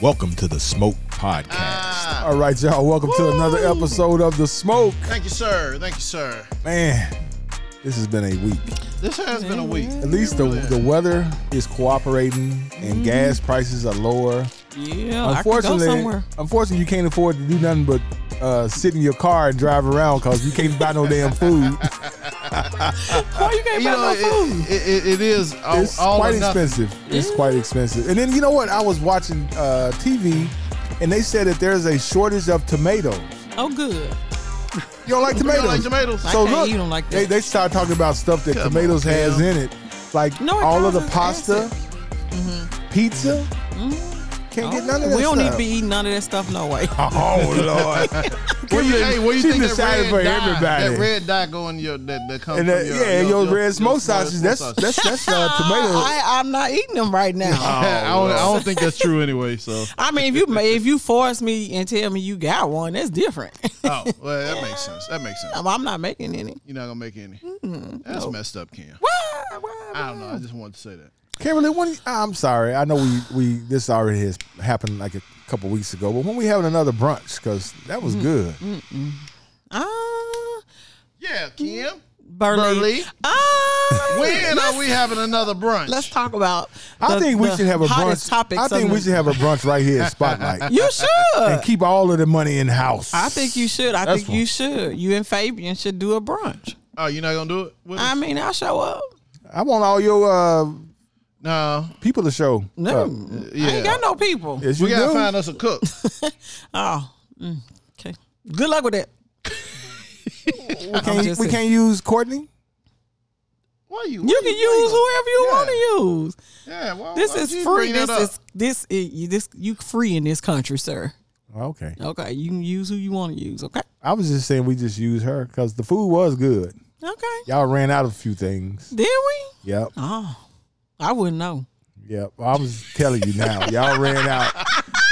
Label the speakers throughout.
Speaker 1: Welcome to the Smoke Podcast.
Speaker 2: Ah. All right, y'all. Welcome to another episode of The Smoke.
Speaker 3: Thank you, sir. Thank you, sir.
Speaker 2: Man, this has been a week.
Speaker 3: This has been a week.
Speaker 2: At least the, the weather is cooperating and gas prices are lower.
Speaker 4: Yeah, Oh, I could go
Speaker 2: Unfortunately,
Speaker 4: somewhere.
Speaker 2: unfortunately, you can't afford to do nothing but uh, sit in your car and drive around because you can't buy no damn food.
Speaker 4: Why you can't
Speaker 3: You know,
Speaker 4: buy no food?
Speaker 3: it, it, it is all,
Speaker 2: It's
Speaker 3: all
Speaker 2: quite
Speaker 3: or nothing.
Speaker 2: expensive. It's quite expensive. And then you know what? I was watching uh, TV, and they said that there's a shortage of tomatoes.
Speaker 4: Oh, good.
Speaker 2: You don't like tomatoes.
Speaker 3: don't like tomatoes? I
Speaker 2: So
Speaker 4: can't
Speaker 2: look,
Speaker 4: eat 'em like
Speaker 2: They,
Speaker 4: that.
Speaker 2: they start talking about stuff that
Speaker 3: Come
Speaker 2: tomatoes
Speaker 3: on,
Speaker 2: has
Speaker 3: Tim.
Speaker 2: in it, like
Speaker 4: No, it
Speaker 2: all of the
Speaker 4: causes
Speaker 2: pasta, Mm-hmm.
Speaker 4: acid.
Speaker 2: pizza. Can't get none of that.
Speaker 4: Mm-hmm. Oh, we don't need to
Speaker 2: stuff. Uh,
Speaker 4: be eating none of that stuff no way.
Speaker 2: Oh Lord!
Speaker 3: Where you, hey, where you
Speaker 2: she
Speaker 3: think that
Speaker 2: decided
Speaker 3: red
Speaker 2: for
Speaker 3: dye,
Speaker 2: everybody.
Speaker 3: that red dye go in your that, that comes
Speaker 2: and
Speaker 3: from
Speaker 2: that,
Speaker 3: your,
Speaker 2: yeah, your, red smoke
Speaker 3: smoke-
Speaker 2: sausage. That's
Speaker 3: sausage.
Speaker 2: that's that's uh, tomato.
Speaker 4: I, I'm not eating them right now.
Speaker 3: I, don't, I don't think that's true anyway. So,
Speaker 4: I mean, if you ma- if you force me and tell me you got one, that's different.
Speaker 3: oh, well, that makes sense. That makes sense.
Speaker 4: I'm I'm not making any.
Speaker 3: You're not gonna make any.
Speaker 2: Mm-hmm.
Speaker 3: That's messed up, Ken.
Speaker 4: Why? Why?
Speaker 3: I don't know. I just wanted to say that.
Speaker 2: Kimberly, when I'm sorry, I know we we this already has happened like a couple weeks ago, but when we having another brunch because that
Speaker 4: Mm-hmm.
Speaker 2: was good. Uh,
Speaker 4: Ah,
Speaker 2: Mm-hmm.
Speaker 3: Yeah, Kim.
Speaker 4: Burley.
Speaker 3: Burley.
Speaker 4: Ah,
Speaker 3: When
Speaker 4: let's,
Speaker 3: are we having another brunch?
Speaker 4: let's talk about.
Speaker 2: I
Speaker 4: the-
Speaker 2: think we
Speaker 4: the
Speaker 2: should have a
Speaker 4: hottest
Speaker 2: brunch.
Speaker 4: Topics
Speaker 2: I think
Speaker 4: of
Speaker 2: we
Speaker 4: the-
Speaker 2: should have a brunch right here at Spotlight
Speaker 4: You should.
Speaker 2: and keep all of the money in house.
Speaker 4: Uh, I think you should. I
Speaker 2: That's
Speaker 4: think you should. You and Fabian should do a brunch.
Speaker 3: Oh, you're not gonna do it? With
Speaker 4: I
Speaker 3: us?
Speaker 4: mean, I'll show up.
Speaker 2: Uh, I want all your uh,
Speaker 3: No.
Speaker 2: people to show.
Speaker 4: No,
Speaker 2: up.
Speaker 4: I ain't got no people.
Speaker 2: Yes,
Speaker 3: We
Speaker 2: you
Speaker 3: gotta
Speaker 2: do.
Speaker 3: find us a cook.
Speaker 4: Oh, mm, okay. Good luck with that.
Speaker 2: we can't,
Speaker 4: just
Speaker 2: we
Speaker 4: saying.
Speaker 2: can't use Courtney.
Speaker 3: Why you?
Speaker 4: You can use whoever you want to use.
Speaker 3: Yeah. Well,
Speaker 4: This
Speaker 3: why
Speaker 4: is
Speaker 3: you
Speaker 4: free.
Speaker 3: bring that
Speaker 4: This
Speaker 3: up?
Speaker 4: is this is you- this you free in this country, sir.
Speaker 2: Okay.
Speaker 4: Okay, you can use who you want to use. Okay,
Speaker 2: I was just saying we just use her because the food was good.
Speaker 4: okay.
Speaker 2: Y'all ran out of a few things.
Speaker 4: Did we?
Speaker 2: Yep.
Speaker 4: Oh, I wouldn't know.
Speaker 2: Yep. I was telling you now. Y'all ran out.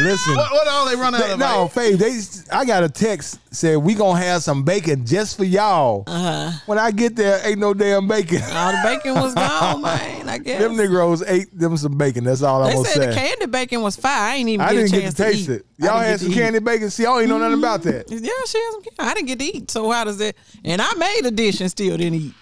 Speaker 2: Listen.
Speaker 3: What, what all they run out
Speaker 2: they-
Speaker 3: of?
Speaker 2: no,
Speaker 3: No.
Speaker 2: Faith, they I got a text said we gonna have some bacon just for y'all.
Speaker 4: Uh-huh.
Speaker 2: When I get there, ain't no damn bacon.
Speaker 4: All the bacon was gone, man. I guess
Speaker 2: them Negroes ate them some bacon. That's all I'm
Speaker 4: they
Speaker 2: gonna
Speaker 4: said
Speaker 2: say.
Speaker 4: the candy bacon was fire. I ain't even
Speaker 2: I
Speaker 4: get
Speaker 2: didn't
Speaker 4: a
Speaker 2: get to
Speaker 4: chance
Speaker 2: taste
Speaker 4: eat.
Speaker 2: it.
Speaker 4: I
Speaker 2: Y'all
Speaker 4: didn't
Speaker 2: had some
Speaker 4: get to eat. Mm-hmm.
Speaker 2: candy bacon. See, y'all ain't know nothing about that.
Speaker 4: Yeah, she has some candy. I didn't get to eat. So how does that? And I made a dish and still didn't eat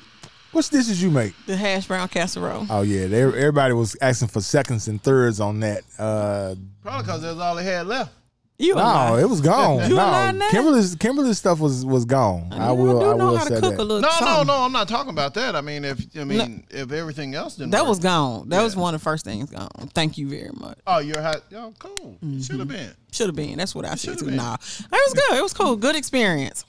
Speaker 2: What's dishes you make?
Speaker 4: the hash brown casserole.
Speaker 2: Oh yeah, they, everybody was asking for seconds and thirds on that. Uh,
Speaker 3: Probably because that's all they had left.
Speaker 4: You a
Speaker 2: no,
Speaker 4: liar.
Speaker 2: it was gone.
Speaker 4: Oh, You lying
Speaker 2: no,
Speaker 4: now?
Speaker 2: Kimberly's Kimberly's stuff was was gone. I,
Speaker 4: You
Speaker 2: will
Speaker 4: do
Speaker 2: I
Speaker 4: know
Speaker 2: will
Speaker 4: how
Speaker 2: say
Speaker 4: to cook
Speaker 2: that.
Speaker 4: a little
Speaker 3: No, no,
Speaker 4: something.
Speaker 3: no. I'm not talking about that. I mean, if I mean, if everything else didn't.
Speaker 4: That
Speaker 3: work.
Speaker 4: was gone. That was one of the first things gone. Thank you very much.
Speaker 3: Oh, you're hot. Oh, cool.
Speaker 4: Mm-hmm.
Speaker 3: Should have been.
Speaker 4: Should have been. That's what I said
Speaker 3: should've
Speaker 4: too.
Speaker 3: been.
Speaker 4: Nah, it was good. It was cool. Good experience.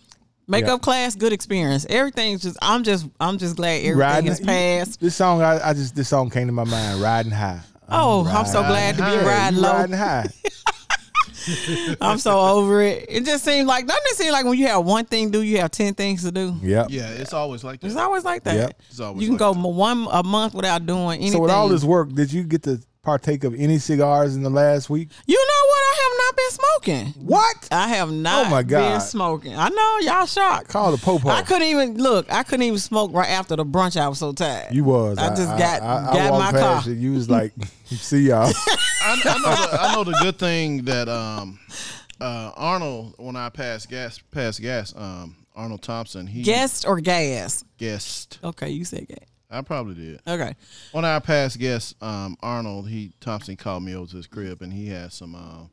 Speaker 4: Makeup class, good experience. Everything's just. I'm just. I'm just glad everything
Speaker 2: Riding-
Speaker 4: is passed.
Speaker 2: This song, I, I just this song came to my mind. Riding high.
Speaker 4: Oh, I'm so glad to be
Speaker 3: high.
Speaker 2: Yeah,
Speaker 4: riding
Speaker 2: you
Speaker 4: low.
Speaker 2: Riding high.
Speaker 4: I'm so over it. It just seemed like doesn't it seem like when you have one thing to do, you have ten things to do.
Speaker 2: Yep.
Speaker 3: Yeah, it's always like
Speaker 4: It's
Speaker 3: that.
Speaker 4: always like that.
Speaker 2: Yep.
Speaker 3: It's always
Speaker 4: you can
Speaker 3: like
Speaker 4: go
Speaker 3: that.
Speaker 4: mo- one a month without doing anything.
Speaker 2: So with all this work, did you get to partake of any cigars in the last week?
Speaker 4: you know what? I have not been smoking.
Speaker 2: What?
Speaker 4: I have not
Speaker 2: Oh, my God.
Speaker 4: been smoking. I know y'all shocked.
Speaker 2: Call the popo.
Speaker 4: I couldn't even look. I couldn't even smoke right after the brunch. I was so tired.
Speaker 2: You was.
Speaker 4: I just got
Speaker 2: I, I
Speaker 4: got in
Speaker 2: walked
Speaker 4: my
Speaker 2: past
Speaker 4: car.
Speaker 2: You. You was like, see y'all.
Speaker 3: I, I, know the, I know the good thing that um, uh, Arnold, when I passed gas, passed gas. Um, Arnold Thompson, he
Speaker 4: Guest or gas?
Speaker 3: guessed.
Speaker 4: Okay, you said gas.
Speaker 3: I probably did.
Speaker 4: Okay,
Speaker 3: On our past guest, um, Arnold, he Thompson called me over to his crib, and he had some, um,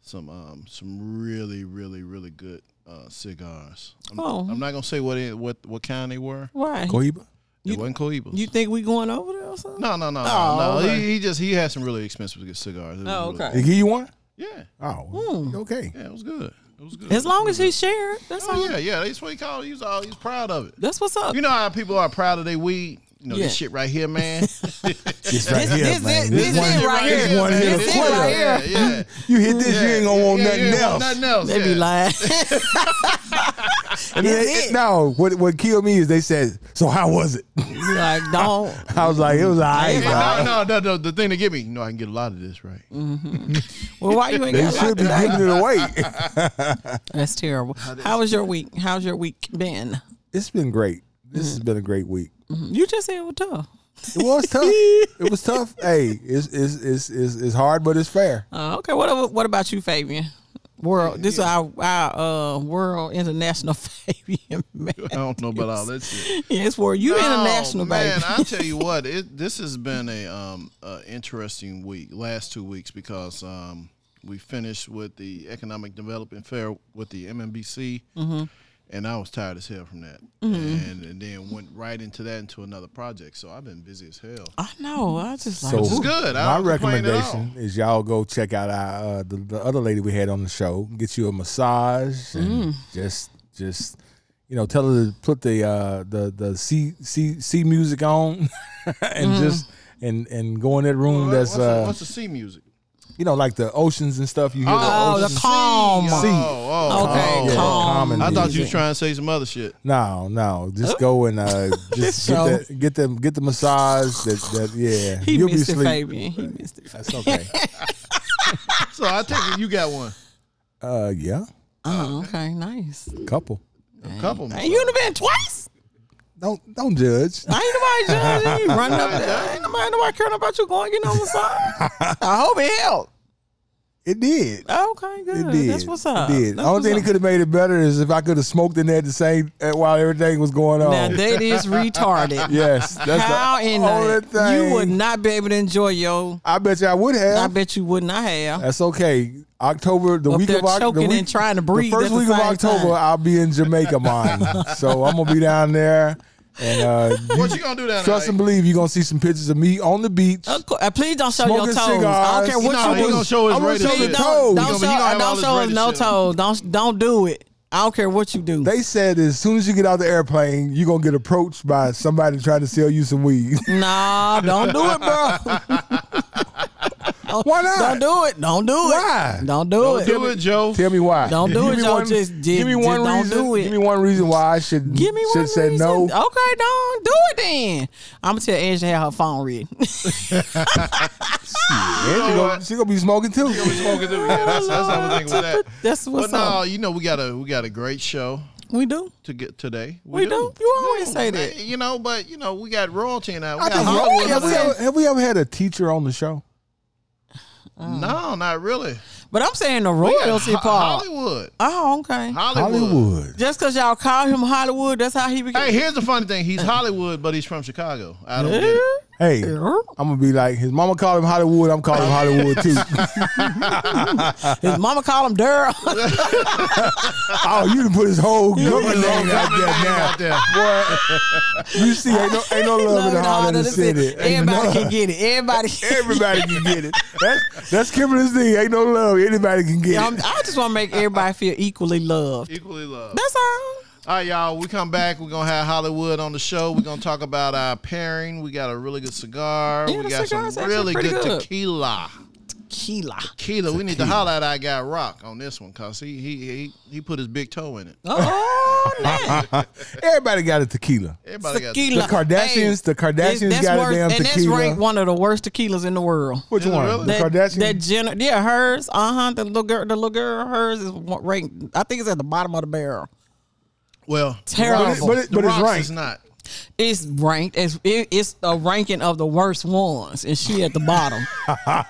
Speaker 3: some, um, some really, really, really good uh, cigars. I'm,
Speaker 4: Oh.
Speaker 3: I'm not gonna say what it, what what kind they were.
Speaker 4: why?
Speaker 2: Cohiba.
Speaker 3: it wasn't Cohibas.
Speaker 4: You think we going over there or something?
Speaker 3: no, no, no,
Speaker 4: Oh,
Speaker 3: no.
Speaker 4: okay.
Speaker 3: He, he just he had some really expensive good cigars. It was
Speaker 4: Oh,
Speaker 3: really-
Speaker 4: okay.
Speaker 2: They give you one?
Speaker 3: yeah,
Speaker 2: Oh, okay.
Speaker 3: yeah, it was good. It was good.
Speaker 4: As long as he shared, that's all.
Speaker 3: oh, yeah, yeah. That's what he called. it. He was all he's proud of it.
Speaker 4: That's what's up.
Speaker 3: You know how people are proud of their weed. You know
Speaker 4: Yeah.
Speaker 3: this shit right here, man.
Speaker 2: This right
Speaker 4: This-
Speaker 2: here,
Speaker 4: this-
Speaker 2: man.
Speaker 4: this- this
Speaker 2: one,
Speaker 4: it right
Speaker 2: this
Speaker 4: here.
Speaker 2: one here,
Speaker 4: This
Speaker 2: to
Speaker 4: it
Speaker 2: quit.
Speaker 4: right
Speaker 3: Yeah, yeah.
Speaker 2: You hit this, you ain't gonna want
Speaker 3: Yeah,
Speaker 2: nothing
Speaker 3: yeah,
Speaker 2: else.
Speaker 3: Nothing else.
Speaker 4: they be
Speaker 3: yeah.
Speaker 4: lying.
Speaker 2: And then-
Speaker 4: That's it.
Speaker 2: No, what what killed me is they said, "So how was it?"
Speaker 4: You like don't.
Speaker 2: I was like, "It was all right."
Speaker 3: Hey,
Speaker 2: dog."
Speaker 3: no, no, no, no, The thing that get me, you know, I can get a lot of this right.
Speaker 4: Well, why you ain't
Speaker 2: They
Speaker 4: got a lot
Speaker 2: should be
Speaker 4: to say?
Speaker 2: giving it away.
Speaker 4: That's terrible. How was your week? How's your week been?
Speaker 2: it's been great. This has been a great week.
Speaker 4: You just said it was tough.
Speaker 2: It was tough. it was tough. Hey, it's it's, it's it's it's hard, but it's fair.
Speaker 4: Uh, okay, what what about you, Fabian? World, this is our, our uh, world international Fabian. Man.
Speaker 3: I don't know about all that shit.
Speaker 4: Yes, world, you
Speaker 3: No,
Speaker 4: international,
Speaker 3: man.
Speaker 4: baby.
Speaker 3: I tell you what, it, this has been a um a interesting week, last two weeks, because um we finished with the economic development fair with the MMBC,
Speaker 4: Mm-hmm.
Speaker 3: and I was tired as hell from that, and, and then went right into that into another project. So I've been busy as hell.
Speaker 4: I know. I just like
Speaker 2: So
Speaker 3: is good. I
Speaker 2: my
Speaker 3: don't complain at all.
Speaker 2: recommendation is y'all go check out our, uh, the, the other lady we had on the show. Get you a massage
Speaker 3: Mm.
Speaker 2: and just just you know tell her to put the uh, the the C C C music on and just and and go in that room
Speaker 3: Mm. What-
Speaker 2: that's
Speaker 3: what's, the,
Speaker 2: uh,
Speaker 3: what's the C music?
Speaker 2: you know like the oceans and stuff. You hear
Speaker 4: Oh,
Speaker 2: the
Speaker 4: the
Speaker 2: oceans.
Speaker 4: calm.
Speaker 3: C. Oh, oh,
Speaker 4: Okay,
Speaker 3: oh.
Speaker 2: yeah,
Speaker 4: calm.
Speaker 2: common
Speaker 3: I thought
Speaker 2: music.
Speaker 3: you was trying to say some other shit.
Speaker 2: No, no. Just
Speaker 3: Oh.
Speaker 2: go and uh, just get,
Speaker 4: show.
Speaker 2: that, get them get the massage. That, that yeah,
Speaker 4: he
Speaker 2: you'll be
Speaker 4: missed it,
Speaker 2: asleep.
Speaker 4: Fabian. He missed it.
Speaker 2: That's okay.
Speaker 3: So I take it you got one,
Speaker 2: Uh, yeah,
Speaker 4: Oh, okay, nice.
Speaker 2: couple.
Speaker 3: a couple.
Speaker 4: Hey, you done been twice.
Speaker 2: Don't don't judge.
Speaker 4: Ain't nobody judging you. Running up there. Ain't nobody, nobody caring about you going getting on the side. I hope it helped.
Speaker 2: It did.
Speaker 4: Okay, good.
Speaker 2: It did.
Speaker 4: That's what's up.
Speaker 2: It did.
Speaker 4: That's
Speaker 2: Only
Speaker 4: what's
Speaker 2: thing
Speaker 4: up.
Speaker 2: that could have made it better is if I could have smoked in there at the same uh, while everything was going on.
Speaker 4: Now that is retarded.
Speaker 2: yes, that's
Speaker 4: How
Speaker 2: the
Speaker 4: in
Speaker 2: only
Speaker 4: the
Speaker 2: thing.
Speaker 4: you would not be able to enjoy yo.
Speaker 2: I bet you I would have.
Speaker 4: I bet you would not have.
Speaker 2: that's okay. October, the
Speaker 4: Up
Speaker 2: week
Speaker 4: there
Speaker 2: of October,
Speaker 4: choking and trying to breathe
Speaker 2: The
Speaker 4: at
Speaker 2: first
Speaker 4: the
Speaker 2: week of
Speaker 4: same
Speaker 2: October,
Speaker 4: time.
Speaker 2: I'll be in Jamaica, mine. so I'm gonna be down there, and uh, you
Speaker 3: What you gonna do down there?
Speaker 2: trust and believe you're gonna see some pictures of me on the beach.
Speaker 4: Of cour- uh, please don't show your
Speaker 2: Smoking
Speaker 4: toes. I don't
Speaker 2: cigars.
Speaker 4: care what
Speaker 3: No,
Speaker 4: you
Speaker 3: he
Speaker 4: do.
Speaker 3: gonna show his
Speaker 2: I'm gonna
Speaker 3: rated
Speaker 2: show
Speaker 3: shit.
Speaker 2: the
Speaker 4: Please
Speaker 2: toes.
Speaker 4: don't,
Speaker 3: He
Speaker 4: don't
Speaker 3: gonna be- he
Speaker 4: show, uh,
Speaker 3: gonna have all
Speaker 4: don't
Speaker 3: this
Speaker 4: show us
Speaker 3: rated
Speaker 4: no
Speaker 3: shit.
Speaker 4: toes. Don't don't do it. I don't care what you do.
Speaker 2: They said as soon as you get out the airplane, you're gonna get approached by somebody trying to sell you some weed.
Speaker 4: nah, don't do it, bro. Don't-
Speaker 2: Why not?
Speaker 4: Don't do it. Don't do it.
Speaker 2: Why?
Speaker 4: Don't do
Speaker 3: Don't
Speaker 4: it.
Speaker 3: do it, Joe.
Speaker 2: Tell me why.
Speaker 4: Don't do
Speaker 2: Give
Speaker 4: it,
Speaker 2: me
Speaker 4: y'all.
Speaker 2: one-
Speaker 4: Just-
Speaker 2: give me
Speaker 4: just
Speaker 2: one
Speaker 4: don't
Speaker 2: reason.
Speaker 4: do it.
Speaker 2: Give me one reason why I should
Speaker 4: Give me
Speaker 2: should
Speaker 4: one
Speaker 2: say
Speaker 4: reason.
Speaker 2: no.
Speaker 4: Okay, don't do it then. I'm gonna tell Angie to have her phone read.
Speaker 2: Yeah, she,
Speaker 4: Ah.
Speaker 3: know
Speaker 2: gonna,
Speaker 3: what?
Speaker 2: she gonna be smoking too.
Speaker 3: Yeah, we smoking too. Yeah, that's, that's how we think with that.
Speaker 4: That's what's
Speaker 3: but no,
Speaker 4: up.
Speaker 3: you know we got a we got a great show
Speaker 4: We do.
Speaker 3: to get today.
Speaker 4: We do. You always say that.
Speaker 3: You know, but you know we got royalty now. We
Speaker 2: I
Speaker 3: got
Speaker 2: think-
Speaker 3: Hollywood.
Speaker 2: have, we
Speaker 3: now.
Speaker 2: ever, have we ever had a teacher on the show?
Speaker 3: no, not really.
Speaker 4: But I'm saying the
Speaker 3: We got
Speaker 4: royalty
Speaker 3: Ho-
Speaker 4: part.
Speaker 3: Hollywood.
Speaker 4: Oh, okay.
Speaker 3: Hollywood.
Speaker 2: Hollywood.
Speaker 4: Just because y'all call him Hollywood, that's how he became.
Speaker 3: Hey, here's the funny thing. He's Hollywood, but he's from Chicago. I don't get it.
Speaker 2: Hey, I'm gonna be like his mama called him Hollywood. I'm calling him Hollywood too.
Speaker 4: His mama call him Daryl.
Speaker 2: oh, you done put his whole government name out there now.
Speaker 3: Out there.
Speaker 2: Boy, you see, ain't no, ain't no love in the heart of the city. Ain't
Speaker 4: Everybody
Speaker 2: none.
Speaker 4: can get it. Everybody.
Speaker 2: Everybody can get it. That's that's Kimberly's thing. Ain't no love. Anybody can get
Speaker 4: I'm-
Speaker 2: it.
Speaker 4: I just want to make everybody feel equally loved.
Speaker 3: Equally loved.
Speaker 4: That's all.
Speaker 3: All right, y'all. We come back. We're gonna have Hollywood on the show. We're gonna talk about our pairing. We got a really good cigar.
Speaker 4: Yeah,
Speaker 3: we
Speaker 4: the
Speaker 3: got
Speaker 4: cigar's
Speaker 3: some
Speaker 4: actually
Speaker 3: really
Speaker 4: pretty
Speaker 3: good,
Speaker 4: good.
Speaker 3: tequila.
Speaker 4: Keela.
Speaker 3: Keela, we need to holler at our guy Rock on this one because he, he he he put his big toe in it.
Speaker 4: Oh, man.
Speaker 2: Everybody got a tequila.
Speaker 3: Everybody got
Speaker 4: Tequila.
Speaker 2: The Kardashians- the Kardashians
Speaker 4: that's
Speaker 2: got a
Speaker 4: worse-
Speaker 2: damn
Speaker 4: And that's
Speaker 2: tequila.
Speaker 4: ranked one of the worst tequilas in the world.
Speaker 2: Which
Speaker 3: Is it
Speaker 2: one?
Speaker 3: really?
Speaker 2: The
Speaker 4: that,
Speaker 2: Kardashian.
Speaker 4: That Jenner, yeah, hers. Uh huh. The little girl, the little girl, hers is wa- ranked. I think it's at the bottom of the barrel.
Speaker 3: well,
Speaker 4: Terrible.
Speaker 2: But it-
Speaker 3: The
Speaker 2: but it's
Speaker 3: Rock's
Speaker 2: right.
Speaker 3: is not.
Speaker 4: It's ranked as it, it's a ranking of the worst ones, and she at the bottom.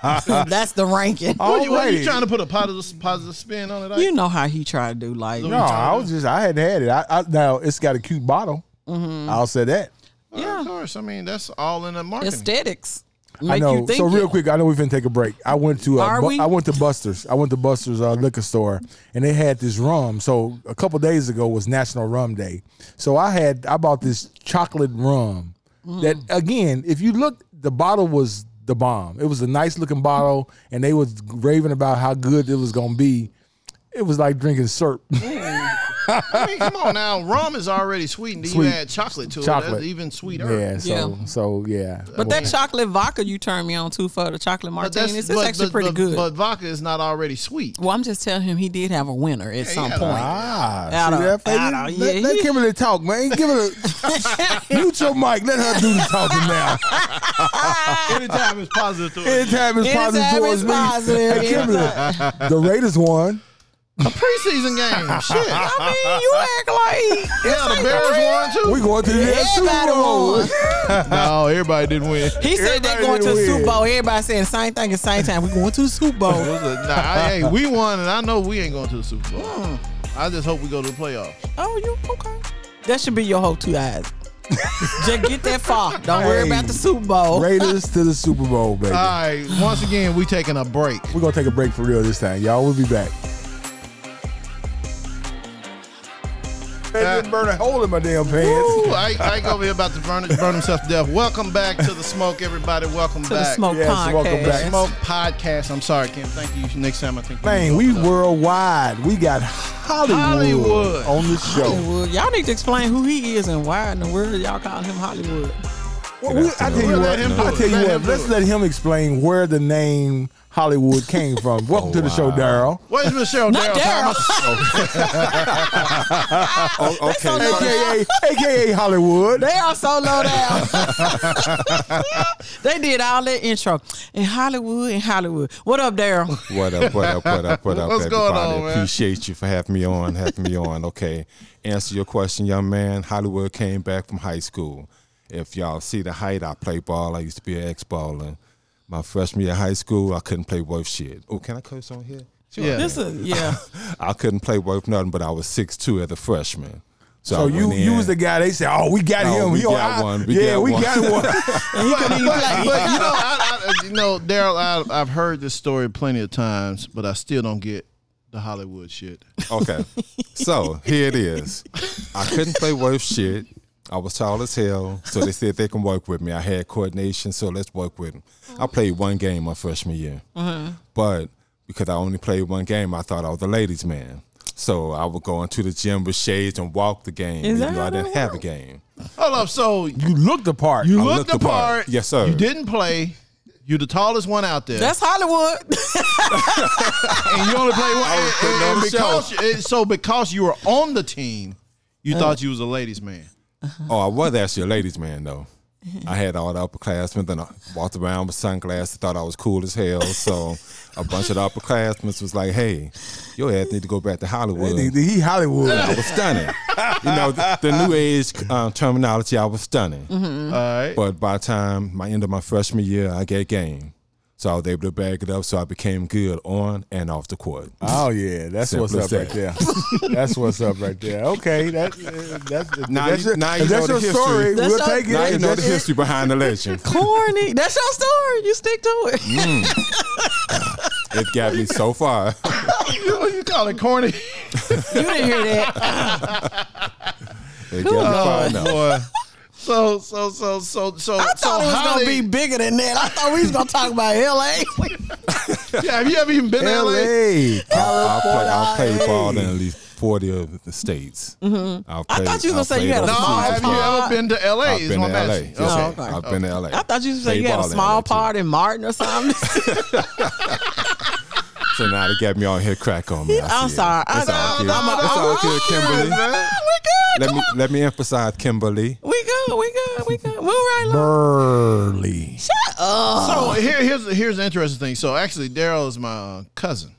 Speaker 4: That's the ranking.
Speaker 3: What, you, what, you
Speaker 2: Alrighty.
Speaker 3: trying to put a positive positive spin on it? Ike?
Speaker 4: You know how he tried to do like
Speaker 2: No, I was just I hadn't had it. I, I now it's got a cute bottle.
Speaker 4: Mm-hmm.
Speaker 2: I'll say that.
Speaker 3: Well,
Speaker 4: yeah.
Speaker 3: of course. I mean, that's all in the marketing.
Speaker 4: aesthetics.
Speaker 2: I
Speaker 4: Make
Speaker 2: know.
Speaker 4: you think
Speaker 2: So real
Speaker 4: it.
Speaker 2: quick, I know we finna take a break. I went to uh,
Speaker 4: Are
Speaker 2: Bu-
Speaker 4: we?
Speaker 2: I went to Buster's. I went to Buster's uh, liquor store, and they had this rum. So a couple days ago was National Rum Day. So I had I bought this chocolate rum.
Speaker 4: Mm.
Speaker 2: That again, if you look, the bottle was the bomb. It was a nice looking bottle, and they was raving about how good it was gonna be. It was like drinking syrup.
Speaker 3: I mean, come on now. Rum is already sweetened.
Speaker 2: Sweet.
Speaker 3: You add chocolate to it.
Speaker 2: Chocolate.
Speaker 3: That's even sweeter.
Speaker 2: yeah. So so yeah.
Speaker 4: But that chocolate vodka you turned me on to for the chocolate martinis, it's
Speaker 3: but-
Speaker 4: actually
Speaker 3: but-
Speaker 4: pretty
Speaker 3: but-
Speaker 4: good.
Speaker 3: But vodka is not already sweet.
Speaker 4: well, I'm just telling him he did have a winner at some
Speaker 3: yeah.
Speaker 4: point.
Speaker 2: Ah,
Speaker 4: Out
Speaker 2: see that,
Speaker 4: of-
Speaker 2: baby?
Speaker 4: out of-
Speaker 2: let,
Speaker 4: yeah,
Speaker 2: let
Speaker 4: he-
Speaker 2: Kimberly talk, man. Give her a mute your mic. Let her do the talking now.
Speaker 3: Anytime it's positive to it.
Speaker 2: Anytime it's positive
Speaker 4: Anytime
Speaker 2: towards
Speaker 4: it's
Speaker 2: me,
Speaker 4: positive,
Speaker 2: Hey, Kimberly, the Raiders won.
Speaker 3: A preseason game. Shit. I mean,
Speaker 4: I mean, you act like
Speaker 3: yeah, the Bears won too.
Speaker 2: We going to the next Super
Speaker 4: everybody
Speaker 2: Bowl.
Speaker 4: won.
Speaker 3: No, everybody didn't win.
Speaker 4: He said they're
Speaker 2: Everybody
Speaker 4: going to the
Speaker 2: win.
Speaker 4: Super Bowl. Everybody saying the same thing at the same time. We're going to the Super Bowl.
Speaker 3: It was a- nah, I- hey, we won, and I know we ain't going to the Super Bowl. I just hope we go to the playoffs.
Speaker 4: Oh, you okay? That should be your whole two eyes. Just get that far. Don't worry
Speaker 2: Hey,
Speaker 4: about the Super Bowl.
Speaker 2: Raiders to the Super Bowl, baby.
Speaker 3: All right, once again, we taking a break.
Speaker 2: We're gonna take a break for real this time. Y'all we'll be back. Man, just burn a hole in my damn pants.
Speaker 3: Ooh, I, I over here about to burn, burn himself to death. Welcome back to the smoke, everybody. Welcome
Speaker 4: to the
Speaker 3: back.
Speaker 4: Smoke
Speaker 2: Yes,
Speaker 4: Podcast.
Speaker 2: welcome back.
Speaker 3: Smoke podcast. I'm sorry, Kim. Thank you. Next time, I think.
Speaker 2: Man,
Speaker 3: can
Speaker 2: we
Speaker 3: go.
Speaker 2: worldwide. We got Hollywood,
Speaker 3: Hollywood.
Speaker 2: on the show.
Speaker 4: Hollywood. Y'all need to explain who he is and why in the world y'all call him Hollywood.
Speaker 2: Well, we- I tell you
Speaker 3: We'll
Speaker 2: what.
Speaker 3: let him do
Speaker 2: I
Speaker 3: it.
Speaker 2: tell you
Speaker 3: Let
Speaker 2: what.
Speaker 3: him do
Speaker 2: Let's
Speaker 3: it.
Speaker 2: let him explain where the name Hollywood came from. Welcome to the show, Daryl.
Speaker 3: Where's Michelle
Speaker 4: Not
Speaker 3: Darryl
Speaker 4: Daryl.
Speaker 3: Thomas?
Speaker 1: Oh, okay.
Speaker 2: AKA, AKA Hollywood.
Speaker 4: They are so low down. they did all that intro in Hollywood and Hollywood. What up, Daryl?
Speaker 1: What up, what up, what up, what up,
Speaker 3: What's going
Speaker 1: everybody?
Speaker 3: on, man?
Speaker 1: Appreciate you for having me on, having me on. Okay. Answer your question, young man. Hollywood came back from high school. If y'all see the height, I play ball. I used to be an ex baller. My freshman year of high school, I couldn't play worth shit. Oh, can I curse on here? Sure.
Speaker 3: Yeah.
Speaker 4: This is yeah.
Speaker 1: I couldn't play worth nothing, but I was 6'2 as a freshman. I
Speaker 2: So oh, you
Speaker 1: went in.
Speaker 2: you was the guy they said, oh, we got
Speaker 1: No,
Speaker 2: him.
Speaker 1: Oh, we
Speaker 2: He on
Speaker 1: got
Speaker 2: our-
Speaker 1: one. We
Speaker 2: Yeah,
Speaker 1: got
Speaker 2: we
Speaker 1: one.
Speaker 2: got one.
Speaker 3: but, but- but, you know, I, I, you know, Daryl, I, I've heard this story plenty of times, but I still don't get the Hollywood shit.
Speaker 1: Okay. So here it is. I couldn't play worth shit. I was tall as hell, so they said they can work with me. I had coordination, so let's work with them. I played one game my freshman year,
Speaker 4: Mm-hmm.
Speaker 1: but because I only played one game, I thought I was a ladies' man. So I would go into the gym with shades and walk the game,
Speaker 4: Is that
Speaker 1: even though
Speaker 4: how
Speaker 1: I didn't
Speaker 4: that
Speaker 1: have a
Speaker 4: work?
Speaker 1: game.
Speaker 3: Hold up, so you
Speaker 2: You looked the part.
Speaker 1: I
Speaker 3: looked
Speaker 1: looked
Speaker 3: the
Speaker 1: the part.
Speaker 3: part.
Speaker 1: Yes, sir.
Speaker 3: You didn't play. You the tallest one out there,
Speaker 4: That's Hollywood.
Speaker 3: and you only played one.
Speaker 1: was putting
Speaker 3: and- and
Speaker 1: on the
Speaker 3: because, and so because you were on the team, you
Speaker 1: Mm-hmm.
Speaker 3: thought you was a ladies' man.
Speaker 1: Oh, I was actually a ladies' man though. I had all the upperclassmen, and I walked around with sunglasses, thought I was cool as hell. So a bunch of the upperclassmen was like, "Hey, your ass need to go back to Hollywood."
Speaker 2: He- He Hollywood.
Speaker 1: I was stunning. you know, the, the new age uh, terminology. I was stunning.
Speaker 3: All right.
Speaker 1: But by the time my end of my freshman year, I got game, so I was able to bag it up. So I became good on and off the court.
Speaker 2: Oh yeah, that's
Speaker 1: Simple
Speaker 2: what's up
Speaker 1: as
Speaker 2: right there. that's what's up right there. Okay, that, uh, that's if
Speaker 1: Now
Speaker 2: that's
Speaker 1: you-
Speaker 2: your,
Speaker 1: now you
Speaker 2: if that's
Speaker 1: know
Speaker 2: your
Speaker 1: the history.
Speaker 2: story.
Speaker 4: That's
Speaker 2: we'll
Speaker 4: your-
Speaker 2: take it.
Speaker 1: now you
Speaker 2: If
Speaker 1: know the
Speaker 2: that's-
Speaker 1: history behind the legend.
Speaker 4: Corny. That's your story. You stick to it.
Speaker 1: It got me so far.
Speaker 3: you, you call it corny.
Speaker 4: You didn't hear that.
Speaker 1: It got me far enough.
Speaker 3: Boy. So so so so so
Speaker 4: I
Speaker 3: so
Speaker 4: thought it was
Speaker 3: Holly,
Speaker 4: gonna be bigger than that. I thought we was gonna talk about LA.
Speaker 3: Yeah, have you ever even been to LA?
Speaker 2: L.A.
Speaker 1: I play, I
Speaker 2: California.
Speaker 1: played ball in at least 40 of the states. I,
Speaker 4: Mm-hmm. I thought you was gonna say you had a
Speaker 3: No,
Speaker 4: Small
Speaker 3: have you
Speaker 4: part.
Speaker 3: ever been to LA?
Speaker 1: I've
Speaker 3: Is
Speaker 1: been
Speaker 3: my
Speaker 1: to LA.
Speaker 3: message.
Speaker 1: Yes,
Speaker 3: Okay.
Speaker 1: sir.
Speaker 4: okay.
Speaker 1: I've been to LA.
Speaker 4: I thought you said
Speaker 1: Played
Speaker 4: you had a
Speaker 1: ball in
Speaker 4: small
Speaker 1: LA, too.
Speaker 4: part in Martin or something.
Speaker 1: So now they got me on here crack on me. I
Speaker 4: I'm
Speaker 1: see it.
Speaker 4: sorry. I-
Speaker 1: It's all
Speaker 4: I'm-
Speaker 1: good.
Speaker 4: I'm-
Speaker 1: It's all
Speaker 4: I'm-
Speaker 1: good,
Speaker 3: Yeah,
Speaker 1: Kimberly.
Speaker 3: man.
Speaker 4: we good.
Speaker 1: Let me let me emphasize Kimberly.
Speaker 4: We good. We good. We good. Move right along.
Speaker 2: Burley.
Speaker 3: So Oh, here, here's here's the interesting thing. So actually, Daryl is my uh, cousin,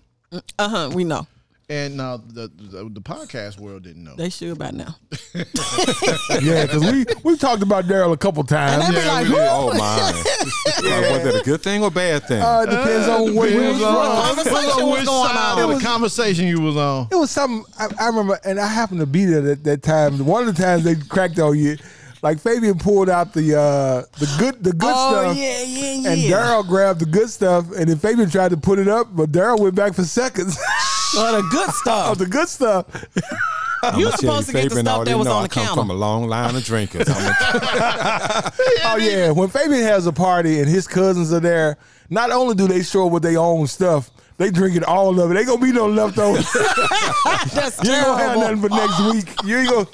Speaker 4: Uh huh. We know.
Speaker 3: and now the, the the podcast world didn't know.
Speaker 4: They should by now.
Speaker 2: Yeah, because we we talked about Daryl a couple
Speaker 4: And
Speaker 2: times.
Speaker 4: they be
Speaker 3: Yeah,
Speaker 4: like,
Speaker 3: we
Speaker 4: who?
Speaker 3: did.
Speaker 1: Oh my. Like, was it a good thing or bad thing?
Speaker 2: Uh, depends on where you was
Speaker 3: Depends
Speaker 2: from.
Speaker 3: on-
Speaker 4: What conversation was
Speaker 3: which
Speaker 4: going
Speaker 3: side
Speaker 4: on?
Speaker 3: of the conversation you was on.
Speaker 2: It was something I, I remember, and I happened to be there that, that time. One of the times they cracked on you, like Fabian pulled out the uh, the good the good
Speaker 4: Oh
Speaker 2: stuff.
Speaker 4: yeah, yeah, yeah.
Speaker 2: And Daryl grabbed the good stuff, and then Fabian tried to put it up, but Daryl went back for seconds
Speaker 4: Oh, the good
Speaker 2: of
Speaker 4: stuff.
Speaker 2: the good stuff.
Speaker 4: You were
Speaker 1: I'ma tell
Speaker 4: supposed to get the
Speaker 1: Fabian
Speaker 4: stuff
Speaker 1: already
Speaker 4: that was
Speaker 1: know
Speaker 4: on
Speaker 1: I
Speaker 4: the
Speaker 1: come
Speaker 4: counter.
Speaker 1: from a long line of drinkers. I'm a,
Speaker 2: Oh yeah, when Fabian has a party and his cousins are there, not only do they show up with their own stuff, they drinking all of it. They gonna be no leftovers.
Speaker 4: That's
Speaker 2: you ain't gonna have
Speaker 4: terrible.
Speaker 2: nothing for next week. You ain't gonna.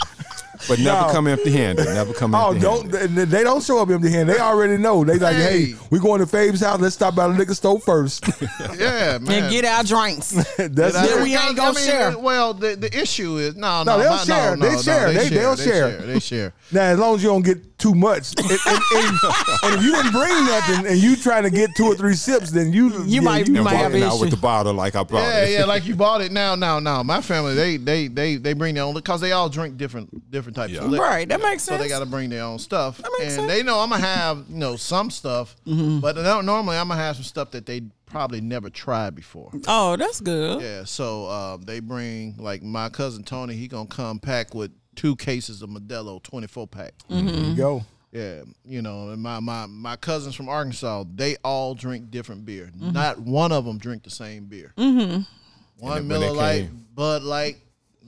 Speaker 1: but never
Speaker 2: No.
Speaker 1: come empty-handed. Never come
Speaker 2: Oh,
Speaker 1: empty-handed.
Speaker 2: don't they they don't show up empty handed. They already know. They like, hey,
Speaker 3: Hey.
Speaker 2: we going to Fabe's house. Let's stop by the liquor store first.
Speaker 3: Yeah, man.
Speaker 4: And get our drinks.
Speaker 2: That's
Speaker 3: Did I-
Speaker 4: Then
Speaker 2: it.
Speaker 4: we ain't
Speaker 3: I mean,
Speaker 4: gonna share.
Speaker 3: Well, the, the issue is no,
Speaker 2: No,
Speaker 3: no,
Speaker 2: they'll
Speaker 3: my-
Speaker 2: share.
Speaker 3: No,
Speaker 2: They
Speaker 3: no,
Speaker 2: share.
Speaker 3: No,
Speaker 2: They- they'll
Speaker 3: They
Speaker 2: share.
Speaker 3: share. They share.
Speaker 2: Now, as long as you don't get too much. And, and- and- and if you didn't bring nothing and you trying to get two or three sips, then you yeah,
Speaker 4: might- you
Speaker 2: you,
Speaker 1: and
Speaker 4: might have
Speaker 1: walking out
Speaker 4: issue.
Speaker 1: with the bottle like I brought
Speaker 3: Yeah,
Speaker 1: it.
Speaker 3: yeah, like you bought it now, now, now. My family, they, they, they, they bring their own because they all drink different, different types
Speaker 1: Yeah.
Speaker 3: of liquor.
Speaker 4: Right, that makes
Speaker 3: So they
Speaker 4: sense.
Speaker 3: got to bring their own stuff, and
Speaker 4: makes sense.
Speaker 3: they know I'm gonna have you know some stuff,
Speaker 1: Mm-hmm.
Speaker 3: but they don't- normally I'm gonna have some stuff that they probably never tried before.
Speaker 4: Oh, that's good.
Speaker 3: Yeah, so uh, they bring like my cousin Tony. He gonna come pack with two cases of Modelo 24 pack.
Speaker 1: Mm.
Speaker 2: go.
Speaker 3: Yeah, you know, and my, my my cousins from Arkansas, they all drink different beer. Not one of them drink the same beer. Mm-hmm. One
Speaker 1: Mm-hmm. And when
Speaker 3: Miller
Speaker 1: they
Speaker 3: Lite,
Speaker 1: came-
Speaker 3: Bud Light,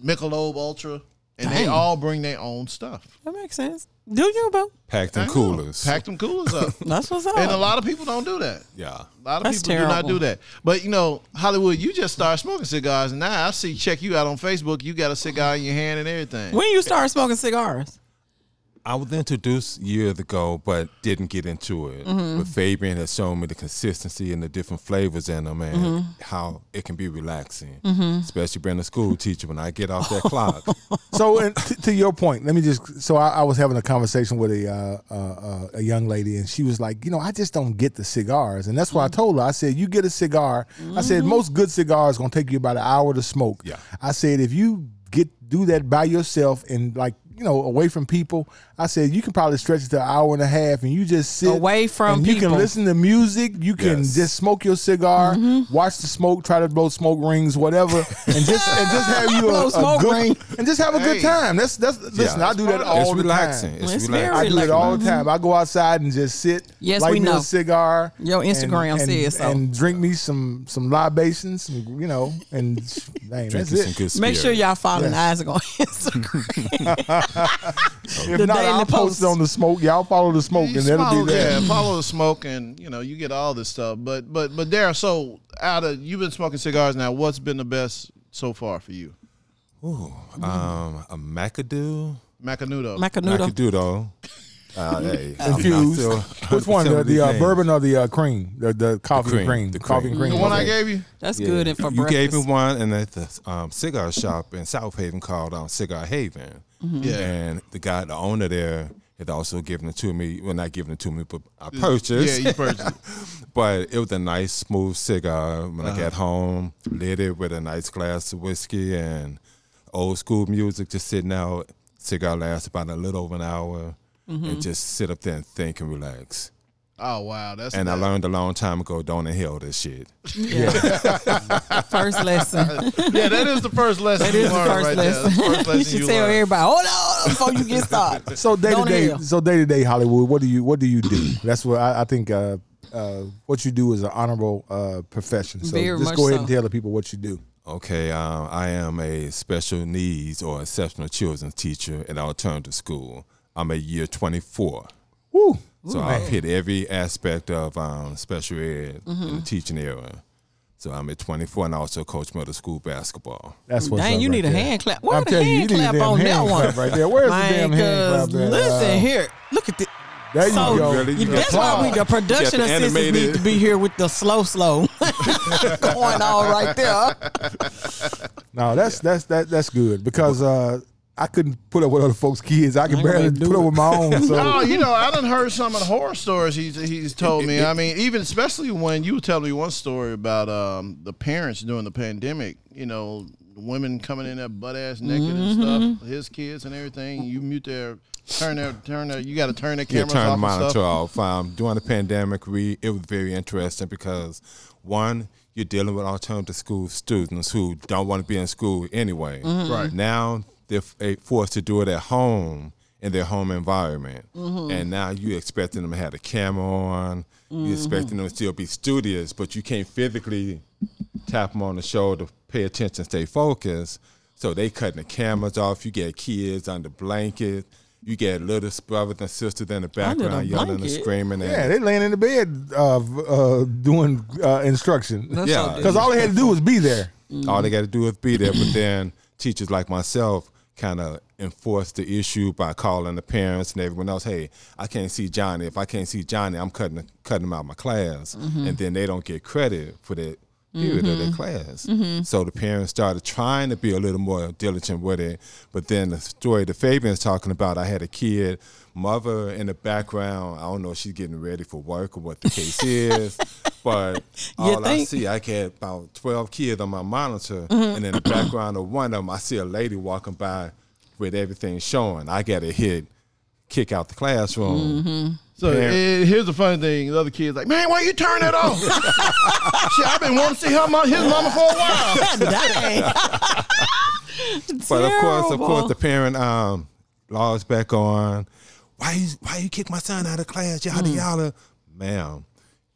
Speaker 3: Michelob Ultra, and they
Speaker 4: Dang.
Speaker 3: all bring their own stuff.
Speaker 4: That makes sense. Do you, boo?
Speaker 1: Packed in
Speaker 2: Oh,
Speaker 3: I know.
Speaker 1: coolers.
Speaker 3: pack them coolers up,
Speaker 4: That's what's up.
Speaker 3: and a lot of people don't do that.
Speaker 1: Yeah.
Speaker 3: A lot of
Speaker 4: Oh. That's
Speaker 3: people do not
Speaker 4: terrible.
Speaker 3: do that. But you know, Hollywood, you just start smoking cigars, and now I see check you out on Facebook. You got a cigar in your hand and everything.
Speaker 4: when you start smoking cigars?
Speaker 1: I was introduced years ago, but didn't get into it.
Speaker 2: Mm-hmm.
Speaker 1: But Fabian has shown me the consistency and the different flavors in them, and
Speaker 2: Mm-hmm.
Speaker 1: how it can be relaxing, especially being a school teacher. When I get off that
Speaker 2: Oh,
Speaker 1: clock,
Speaker 2: So and t- to your point, let me just. So I, I was having a conversation with a uh, uh, uh, a young lady, and she was like, you know, I just don't get the cigars, and that's why
Speaker 4: Mm.
Speaker 2: I told her. I said, you get a cigar. I said
Speaker 4: Mm-hmm.
Speaker 2: most good cigars gonna take you about an hour to smoke.
Speaker 1: Yeah.
Speaker 2: I said if you get do that by yourself and like you know away from people, I said you can probably stretch it to an hour and a half, and you just sit
Speaker 4: Away from
Speaker 2: and You can
Speaker 4: people.
Speaker 2: listen to music. You can
Speaker 1: Yes.
Speaker 2: just smoke your cigar,
Speaker 4: Mm-hmm.
Speaker 2: watch the smoke, try to blow smoke rings, whatever, and just and just have you a,
Speaker 4: Blow
Speaker 2: a
Speaker 4: smoke
Speaker 2: good
Speaker 4: ring.
Speaker 2: and just have a
Speaker 3: Hey.
Speaker 2: good time. That's that's listen. I do that all
Speaker 1: it's
Speaker 2: the
Speaker 1: relaxing.
Speaker 2: time.
Speaker 1: It's,
Speaker 4: It's very
Speaker 1: relaxing.
Speaker 2: I do it
Speaker 4: relaxing.
Speaker 2: all the time. I go outside and just sit,
Speaker 4: Yes,
Speaker 2: light
Speaker 4: we
Speaker 2: me
Speaker 4: know.
Speaker 2: a cigar.
Speaker 4: Your
Speaker 2: and-
Speaker 4: Instagram
Speaker 2: and,
Speaker 4: says so.
Speaker 2: and drink me some some libations, you know, and dang, that's
Speaker 1: Drinking some
Speaker 2: it.
Speaker 1: good
Speaker 4: Make sure
Speaker 1: spirit.
Speaker 4: y'all following Isaac on Instagram.
Speaker 2: if
Speaker 4: The
Speaker 2: not,
Speaker 4: Daily
Speaker 2: I'll post
Speaker 4: Post.
Speaker 2: it on the smoke. Y'all follow the smoke,
Speaker 3: You
Speaker 2: and that'll
Speaker 3: follow-
Speaker 2: be there.
Speaker 3: Yeah, follow the smoke, and you know you get all this stuff. But but but Darren, so out of you've been smoking cigars now. What's been the best so far for you?
Speaker 1: um, a McAdoo.
Speaker 3: Macanudo.
Speaker 4: Macanudo.
Speaker 1: McAdoo. Uh, hey, I'm not
Speaker 2: Infused.
Speaker 1: still
Speaker 2: Which one?
Speaker 1: 100%
Speaker 2: The,
Speaker 1: of these
Speaker 2: the uh,
Speaker 1: names.
Speaker 2: bourbon or the uh, cream? The the coffee
Speaker 1: cream,
Speaker 2: cream.
Speaker 1: the
Speaker 2: coffee
Speaker 1: cream.
Speaker 2: cream.
Speaker 3: the one I
Speaker 2: Okay.
Speaker 3: gave you.
Speaker 4: That's good and for
Speaker 1: you
Speaker 4: breakfast.
Speaker 1: gave me one and at the um, cigar shop in South Haven called um, Cigar Haven.
Speaker 4: Mm-hmm.
Speaker 3: Yeah.
Speaker 1: And the guy, the owner there, had also given it to me. Well, not given it to me, but I
Speaker 3: Yeah,
Speaker 1: purchased.
Speaker 3: you purchased. it.
Speaker 1: but it was a nice, smooth cigar. When I got
Speaker 3: Uh-huh.
Speaker 1: home, lit it with a nice glass of whiskey and old school music, just sitting out. Cigar lasts about a little over an hour,
Speaker 4: Mm-hmm.
Speaker 1: and just sit up there and think and relax.
Speaker 3: Oh wow, that's
Speaker 1: And I
Speaker 3: nice.
Speaker 1: learned a long time ago, don't inhale this shit.
Speaker 4: First lesson.
Speaker 3: Yeah, that is the first lesson.
Speaker 4: That
Speaker 3: you
Speaker 4: is the
Speaker 3: learned
Speaker 4: first
Speaker 3: right there. That's
Speaker 4: lesson.
Speaker 3: the first
Speaker 4: you
Speaker 3: lesson
Speaker 4: should
Speaker 3: you
Speaker 4: tell
Speaker 3: learned.
Speaker 4: everybody, hold on before you get started.
Speaker 2: So day to
Speaker 4: Don't
Speaker 2: day,
Speaker 4: inhale.
Speaker 2: so day to day Hollywood. What do you what do you do? That's what I, I think. Uh, uh, what you do is an honorable uh, profession. So
Speaker 4: Very
Speaker 2: just
Speaker 4: much
Speaker 2: go ahead
Speaker 4: so.
Speaker 2: and tell the people what you do.
Speaker 1: Okay, um, I am a special needs or exceptional children's teacher at alternative school. I'm a year 24.
Speaker 2: Woo!
Speaker 1: So I've hit every aspect of um, special ed in the teaching era. So I'm at 24 and I also coach middle school basketball.
Speaker 2: That's what's
Speaker 4: Dang,
Speaker 2: up
Speaker 4: you
Speaker 2: right
Speaker 4: need a
Speaker 2: there.
Speaker 4: hand clap.
Speaker 2: I'm
Speaker 4: Where's the
Speaker 2: telling you, you
Speaker 4: hand
Speaker 2: need a
Speaker 4: clap
Speaker 2: damn
Speaker 4: on that
Speaker 2: hand
Speaker 4: one?
Speaker 2: clap right there. Where's the damn
Speaker 4: Man,
Speaker 2: hand
Speaker 4: cause
Speaker 2: clap? at?
Speaker 4: listen
Speaker 2: Uh,
Speaker 4: here. Look at this.
Speaker 2: There you
Speaker 4: So
Speaker 2: go.
Speaker 1: Really?
Speaker 4: you-
Speaker 1: You
Speaker 4: that's
Speaker 1: applaud.
Speaker 4: why we the production
Speaker 1: You got the
Speaker 4: assistants need
Speaker 1: animated-
Speaker 4: to be here with the slow slow going on right there.
Speaker 2: No, that's that's that that's good because uh, I couldn't put up with other folks' kids. I can
Speaker 4: I can
Speaker 2: barely
Speaker 4: barely do
Speaker 2: put up
Speaker 4: it.
Speaker 2: with my own.
Speaker 3: Oh,
Speaker 2: So
Speaker 3: you know, I done heard some of the horror stories he's he's told me. I mean, even especially when you were telling me one story about um, the parents during the pandemic. You know, women coming in there butt ass naked
Speaker 2: Mm-hmm.
Speaker 3: and stuff. His kids and everything. You mute their turn their turn their. You got to turn their
Speaker 1: Yeah,
Speaker 3: cameras
Speaker 1: turn the
Speaker 3: off. and
Speaker 1: monitor
Speaker 3: stuff.
Speaker 1: off. Um, during the pandemic, we it was very interesting because one, you're dealing with alternative school students who don't want to be in school anyway.
Speaker 3: Mm-hmm. Right.
Speaker 1: now, they're f- eh, forced to do it at home in their home environment,
Speaker 3: Mm-hmm.
Speaker 1: and now you expecting them to have the camera on.
Speaker 3: Mm-hmm.
Speaker 1: You expecting them to still be studious, but you can't physically tap them on the shoulder, pay attention, stay focused. So they cutting the cameras off. You get kids under blanket. You get little brothers and sisters in the
Speaker 4: Under the
Speaker 1: background yelling and
Speaker 4: blanket?
Speaker 1: screaming. And,
Speaker 2: yeah, they laying in the bed uh, v- uh, doing uh, instruction
Speaker 4: That's
Speaker 1: Yeah.
Speaker 4: so
Speaker 2: because all they had to do was be there.
Speaker 1: All they got to do is be there. But then teachers like myself kind of enforce the issue by calling the parents and everyone else. Hey, I can't see Johnny. If I can't see Johnny, I'm cutting cutting him out of my class. And then they don't get credit for that period of their class. So the parents started trying to be a little more diligent with it. But then the story that Fabian's talking about, I had a kid, mother in the background. I don't know if she's getting ready for work or what the case is, but all I
Speaker 4: think?
Speaker 1: see, I had about 12 kids on my monitor. And in the background of one of them, I see a lady walking by with everything showing. I got a hit, kick out the classroom.
Speaker 3: So
Speaker 1: Yeah.
Speaker 3: and here's the funny thing: the other kid's like, "Man, why you turn that off?" Shit, I've been wanting to see her mom, his mama for a while.
Speaker 4: Dang.
Speaker 1: But of course, of
Speaker 4: Terrible.
Speaker 1: course, the parent um laws back on. Why you why you kick my son out of class? Y'all the y'all are-" ma'am.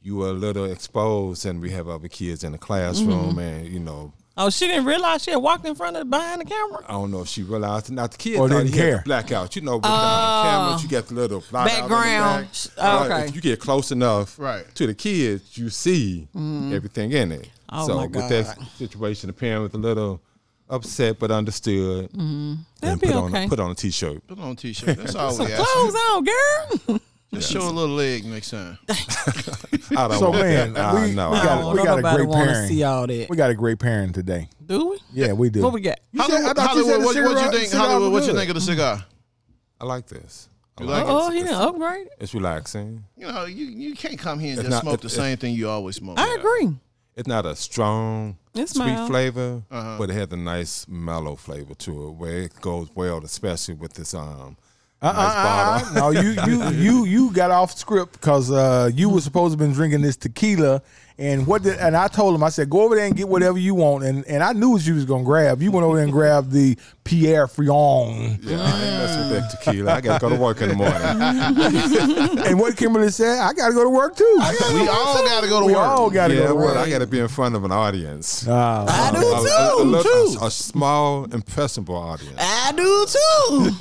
Speaker 1: You were a little exposed, and we have other kids in the classroom, and you know.
Speaker 4: Oh, she didn't realize she had walked in front of behind the camera.
Speaker 1: I don't know if she realized it. Not the kid
Speaker 2: Or
Speaker 1: thought
Speaker 2: didn't
Speaker 1: he had the
Speaker 2: care.
Speaker 1: blackout. You know, with the cameras, you got the little blackout in the
Speaker 4: Oh. Background.
Speaker 1: back.
Speaker 4: Sh- oh,
Speaker 1: Right,
Speaker 4: okay.
Speaker 1: If you get close enough
Speaker 3: Right.
Speaker 1: to the kids, you see everything in it.
Speaker 4: Mm-hmm. Oh,
Speaker 1: so
Speaker 4: my
Speaker 1: with that situation, the parent was a little upset but understood.
Speaker 4: Mm-hmm. That'd
Speaker 1: and
Speaker 4: be
Speaker 1: put on
Speaker 4: okay.
Speaker 1: put on a t-shirt.
Speaker 3: Put on a t-shirt. That's all we ask.
Speaker 4: Clothes on, girl.
Speaker 3: Just show a little leg next time.
Speaker 1: I don't
Speaker 2: So,
Speaker 1: want
Speaker 2: man,
Speaker 1: that.
Speaker 2: we-
Speaker 1: I know.
Speaker 2: we
Speaker 1: I
Speaker 2: got-
Speaker 1: don't
Speaker 4: Oh,
Speaker 1: want
Speaker 2: got a
Speaker 4: nobody
Speaker 2: great
Speaker 4: wanna
Speaker 2: pairing.
Speaker 4: see all that.
Speaker 2: We got a great pairing today.
Speaker 4: Do we?
Speaker 2: Yeah, we do.
Speaker 4: What we got?
Speaker 2: You said- I
Speaker 3: Hollywood,
Speaker 2: thought you said
Speaker 3: Hollywood
Speaker 2: the
Speaker 3: what, what you
Speaker 2: cigarette-
Speaker 3: think?
Speaker 2: cigar
Speaker 3: Hollywood,
Speaker 2: was
Speaker 3: what you
Speaker 2: good.
Speaker 3: think of the cigar?
Speaker 1: I like this. I
Speaker 3: You
Speaker 1: like
Speaker 3: like
Speaker 1: it.
Speaker 4: Oh, he didn't upgrade. it?
Speaker 1: It's relaxing.
Speaker 3: You know, you, you can't come here and
Speaker 1: It's
Speaker 3: just
Speaker 1: not-
Speaker 3: smoke
Speaker 1: it-
Speaker 3: the
Speaker 1: it-
Speaker 3: same thing you always smoke.
Speaker 4: I agree.
Speaker 1: It's not a strong
Speaker 4: It's
Speaker 1: sweet
Speaker 4: mild.
Speaker 1: flavor,
Speaker 2: Uh-huh.
Speaker 1: but it has a nice mellow flavor to it, where it goes well, especially with this um
Speaker 2: Uh, uh, uh, uh, no, you you you you got off script because uh, you were supposed to been drinking this tequila, and what did and I told him I said go over there and get whatever you want, and and I knew what you was gonna grab. You went over there and grabbed the Pierre Frion,
Speaker 1: Yeah, I ain't messing with that tequila. I gotta go to work in the morning.
Speaker 2: and what Kimberly said, I gotta go to work too.
Speaker 3: We all got to go to
Speaker 2: We
Speaker 3: work.
Speaker 2: all gotta
Speaker 1: yeah,
Speaker 2: go to
Speaker 1: well, I
Speaker 2: work.
Speaker 1: gotta be in front of an audience.
Speaker 2: Uh,
Speaker 4: I do
Speaker 1: a, a- a
Speaker 4: too.
Speaker 1: little- a- a small, impressionable audience.
Speaker 4: I do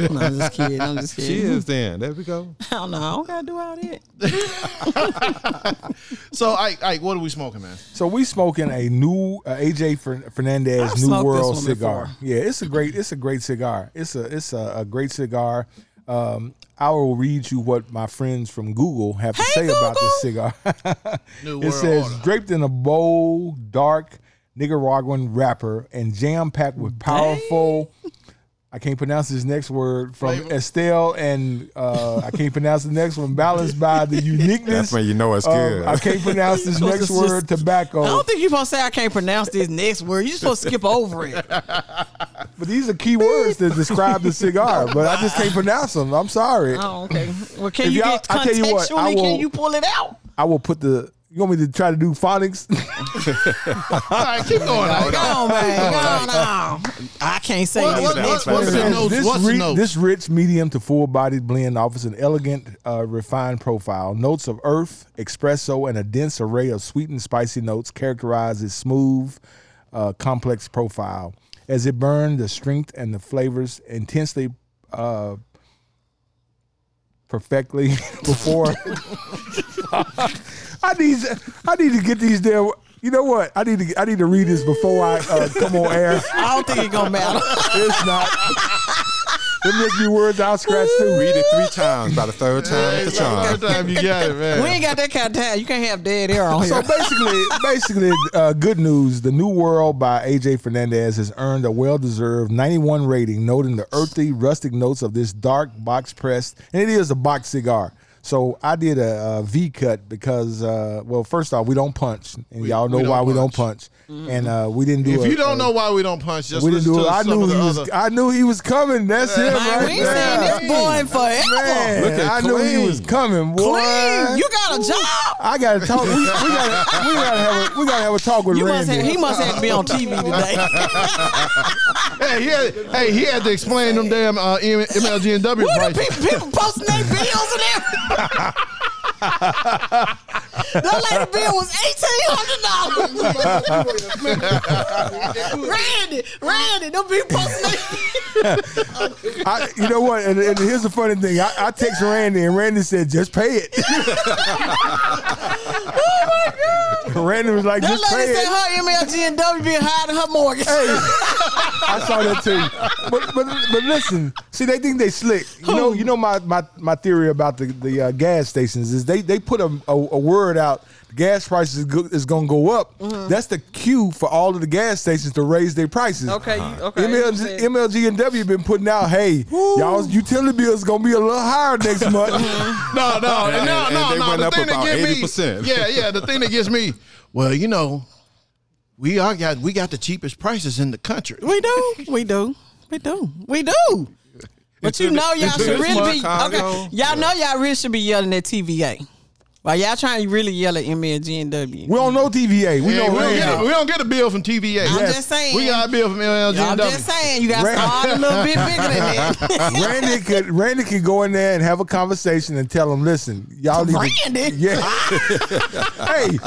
Speaker 4: too. No, I'm just kidding. I'm just kidding.
Speaker 1: Cheers, then. There we go.
Speaker 4: I don't know. I don't gotta do all that.
Speaker 3: So, Ike, Ike, what are we smoking, man?
Speaker 2: so we smoking a new uh, AJ Fer- Fernandez
Speaker 4: I've
Speaker 2: New
Speaker 4: smoked
Speaker 2: World
Speaker 4: this one
Speaker 2: cigar.
Speaker 4: before.
Speaker 2: Yeah, it's a great it's a great cigar. It's a it's a, a great cigar. Um, I will read you what my friends from Google have to say
Speaker 4: Hey,
Speaker 2: about this cigar.
Speaker 3: New
Speaker 2: It
Speaker 3: World
Speaker 2: says
Speaker 3: Order.
Speaker 2: draped in a bold, dark Nicaraguan wrapper and jam packed with powerful. I can't pronounce this next word from
Speaker 3: Flavor.
Speaker 2: Estelle, and uh, I can't pronounce the next one. Balanced by the uniqueness.
Speaker 1: That's when you know it's
Speaker 2: of-
Speaker 1: good.
Speaker 2: um, I can't pronounce this
Speaker 4: Supposed
Speaker 2: next
Speaker 4: to just-
Speaker 2: word. Tobacco.
Speaker 4: I don't think you're supposed to say I can't pronounce this next word. You're supposed to skip over it.
Speaker 2: But these are key words to describe the cigar. But I just can't pronounce them. I'm sorry.
Speaker 4: Oh, okay. Well, can
Speaker 2: If
Speaker 4: you
Speaker 2: y'all-
Speaker 4: get
Speaker 2: I tell you what, I
Speaker 4: contextually?
Speaker 2: will-
Speaker 4: can you pull it out?
Speaker 2: I will put the. You want me to try to do phonics?
Speaker 3: all right, keep going, Ike.
Speaker 4: Go on, man. Go on. now. I can't say
Speaker 3: What-
Speaker 4: this
Speaker 3: what-
Speaker 4: next
Speaker 3: what- what's
Speaker 4: word.
Speaker 3: the note? notes?
Speaker 2: This,
Speaker 3: What's the notes?
Speaker 2: this rich, medium to full bodied blend offers an elegant, uh, refined profile. Notes of earth, espresso, and a dense array of sweet and spicy notes characterize its smooth, uh, complex profile. As it burns, the strength and the flavors intensely. Uh, Perfectly before I need I need to get these damn you know what I need to I need to read this before I uh, come on air
Speaker 4: I don't think it's gonna matter.
Speaker 2: it's not. It must be words I'll scratch too.
Speaker 1: Read it three times. By the third time, it's a charm.
Speaker 3: Third time you got it,
Speaker 4: we
Speaker 3: man.
Speaker 4: ain't got that kind of time. You can't have dead air on
Speaker 2: So
Speaker 4: here.
Speaker 2: basically, basically, uh, good news. The New World by AJ Fernandez has earned a well-deserved 91 rating, noting the earthy, rustic notes of this dark box pressed, and it is a box cigar. So I did a, a V cut because, uh, well, first off, we don't punch, and y'all know
Speaker 3: we don't
Speaker 2: why we don't
Speaker 3: punch. Mm-hmm.
Speaker 2: punch, and uh, we didn't do.
Speaker 3: If
Speaker 2: a-
Speaker 3: you don't
Speaker 2: a-
Speaker 3: know why we don't punch, just
Speaker 2: we didn't
Speaker 3: listen
Speaker 2: do.
Speaker 3: to
Speaker 2: it. I
Speaker 3: some
Speaker 2: knew
Speaker 3: of the
Speaker 2: he was.
Speaker 3: other.
Speaker 2: I knew he was coming. That's him
Speaker 4: Man,
Speaker 2: right
Speaker 4: we ain't
Speaker 2: there.
Speaker 4: seen this boy in forever.
Speaker 2: Man,
Speaker 1: Look at
Speaker 2: I knew he
Speaker 1: Clean.
Speaker 2: was coming. Boy.
Speaker 4: Clean. You got a job.
Speaker 2: I gotta talk. We, we gotta, we gotta have a, we gotta have a talk with
Speaker 4: You must
Speaker 2: Randy.
Speaker 4: have, he must have to be on TV today.
Speaker 3: Hey, he had, hey, he had to explain them damn uh, M- MLG and W
Speaker 4: Who the
Speaker 3: prices.
Speaker 4: people, people posting their bills and everything? that lady bill was eighteen hundred dollars. Randy, Randy, them people posting their
Speaker 2: I, you know what? And, and here's the funny thing. I, I text Randy, and Randy said, "Just pay it." oh my god! Randy was like,
Speaker 4: That
Speaker 2: "Just pay
Speaker 4: lady said
Speaker 2: it."
Speaker 4: her MLG and W been hiding her mortgage.
Speaker 2: Hey, I saw that too. But but but listen, see, they think they slick. You know, you know my my, my theory about the the uh, gas stations is they they put a, a, a word out. Gas prices is, go, is going to go up. That's the cue for all of the gas stations to raise their prices.
Speaker 4: Okay, you- okay.
Speaker 2: MLG, MLG and W been putting out, hey, y'all's utility bill's gonna be a little higher next month.
Speaker 3: No, no,
Speaker 1: And-
Speaker 3: no,
Speaker 1: and
Speaker 3: no,
Speaker 1: they
Speaker 3: no.
Speaker 1: went
Speaker 3: the
Speaker 1: up
Speaker 3: thing
Speaker 1: about
Speaker 3: that gets
Speaker 1: 80%.
Speaker 3: me, yeah, yeah. The thing that gets me, well, you know, we are got we got the cheapest prices in the country.
Speaker 4: We do. We do. We do. We do. But you know y'all
Speaker 1: It's
Speaker 4: should
Speaker 1: in
Speaker 4: really be
Speaker 1: Chicago.
Speaker 4: okay. Y'all know y'all really should be yelling at TVA. While y'all trying to really yell at MLGNW.
Speaker 2: we don't know TVA. We
Speaker 3: Yeah,
Speaker 2: know
Speaker 3: we, don't
Speaker 2: Rand.
Speaker 3: get a, we don't get a bill from TVA.
Speaker 4: I'm just saying.
Speaker 3: We got a bill from MLG.
Speaker 4: I'm just saying you got to
Speaker 2: Rand-
Speaker 4: start a little bit bigger than that.
Speaker 2: Randy could Randy could go in there and have a conversation and tell them, listen, y'all need to-
Speaker 4: Randy?
Speaker 2: yeah. hey,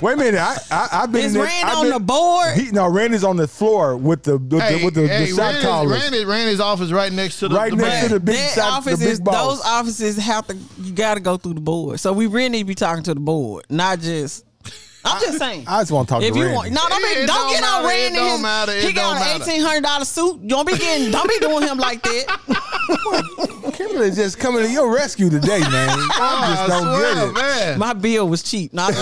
Speaker 2: wait a minute. I, I I've been
Speaker 4: Is
Speaker 2: there-
Speaker 4: Rand
Speaker 2: I've
Speaker 4: on
Speaker 2: been-
Speaker 4: the board?
Speaker 2: He, no, Randy's on the floor with the with
Speaker 3: Hey,
Speaker 2: the with the,
Speaker 3: hey,
Speaker 2: the shot
Speaker 3: Randy's-
Speaker 2: callers.
Speaker 3: Randy, Randy's office right next to the,
Speaker 2: Right
Speaker 3: the
Speaker 2: next
Speaker 3: bank.
Speaker 2: to the big
Speaker 4: That
Speaker 2: shop- the
Speaker 4: office
Speaker 2: big
Speaker 4: is-
Speaker 2: boss.
Speaker 4: those offices have to you got to go through the board. So we really need to be talking to the board, not just. I'm just saying.
Speaker 2: I just want to talk
Speaker 4: if
Speaker 2: to
Speaker 4: you
Speaker 2: Randy.
Speaker 4: want, no, don't
Speaker 3: It-
Speaker 4: be,
Speaker 3: it
Speaker 4: don't
Speaker 3: don't
Speaker 4: get
Speaker 3: matter,
Speaker 4: on
Speaker 3: it
Speaker 4: Randy.
Speaker 3: don't
Speaker 4: his-
Speaker 3: matter,
Speaker 4: he
Speaker 3: it
Speaker 4: got
Speaker 3: don't
Speaker 4: an
Speaker 3: matter.
Speaker 4: eighteen hundred dollar suit. Don't be getting, don't be doing him like that.
Speaker 2: Kimberly just coming to your rescue today, man. I just
Speaker 3: Oh, I
Speaker 2: don't
Speaker 3: swear,
Speaker 2: get it.
Speaker 3: man.
Speaker 4: My bill was cheap. Not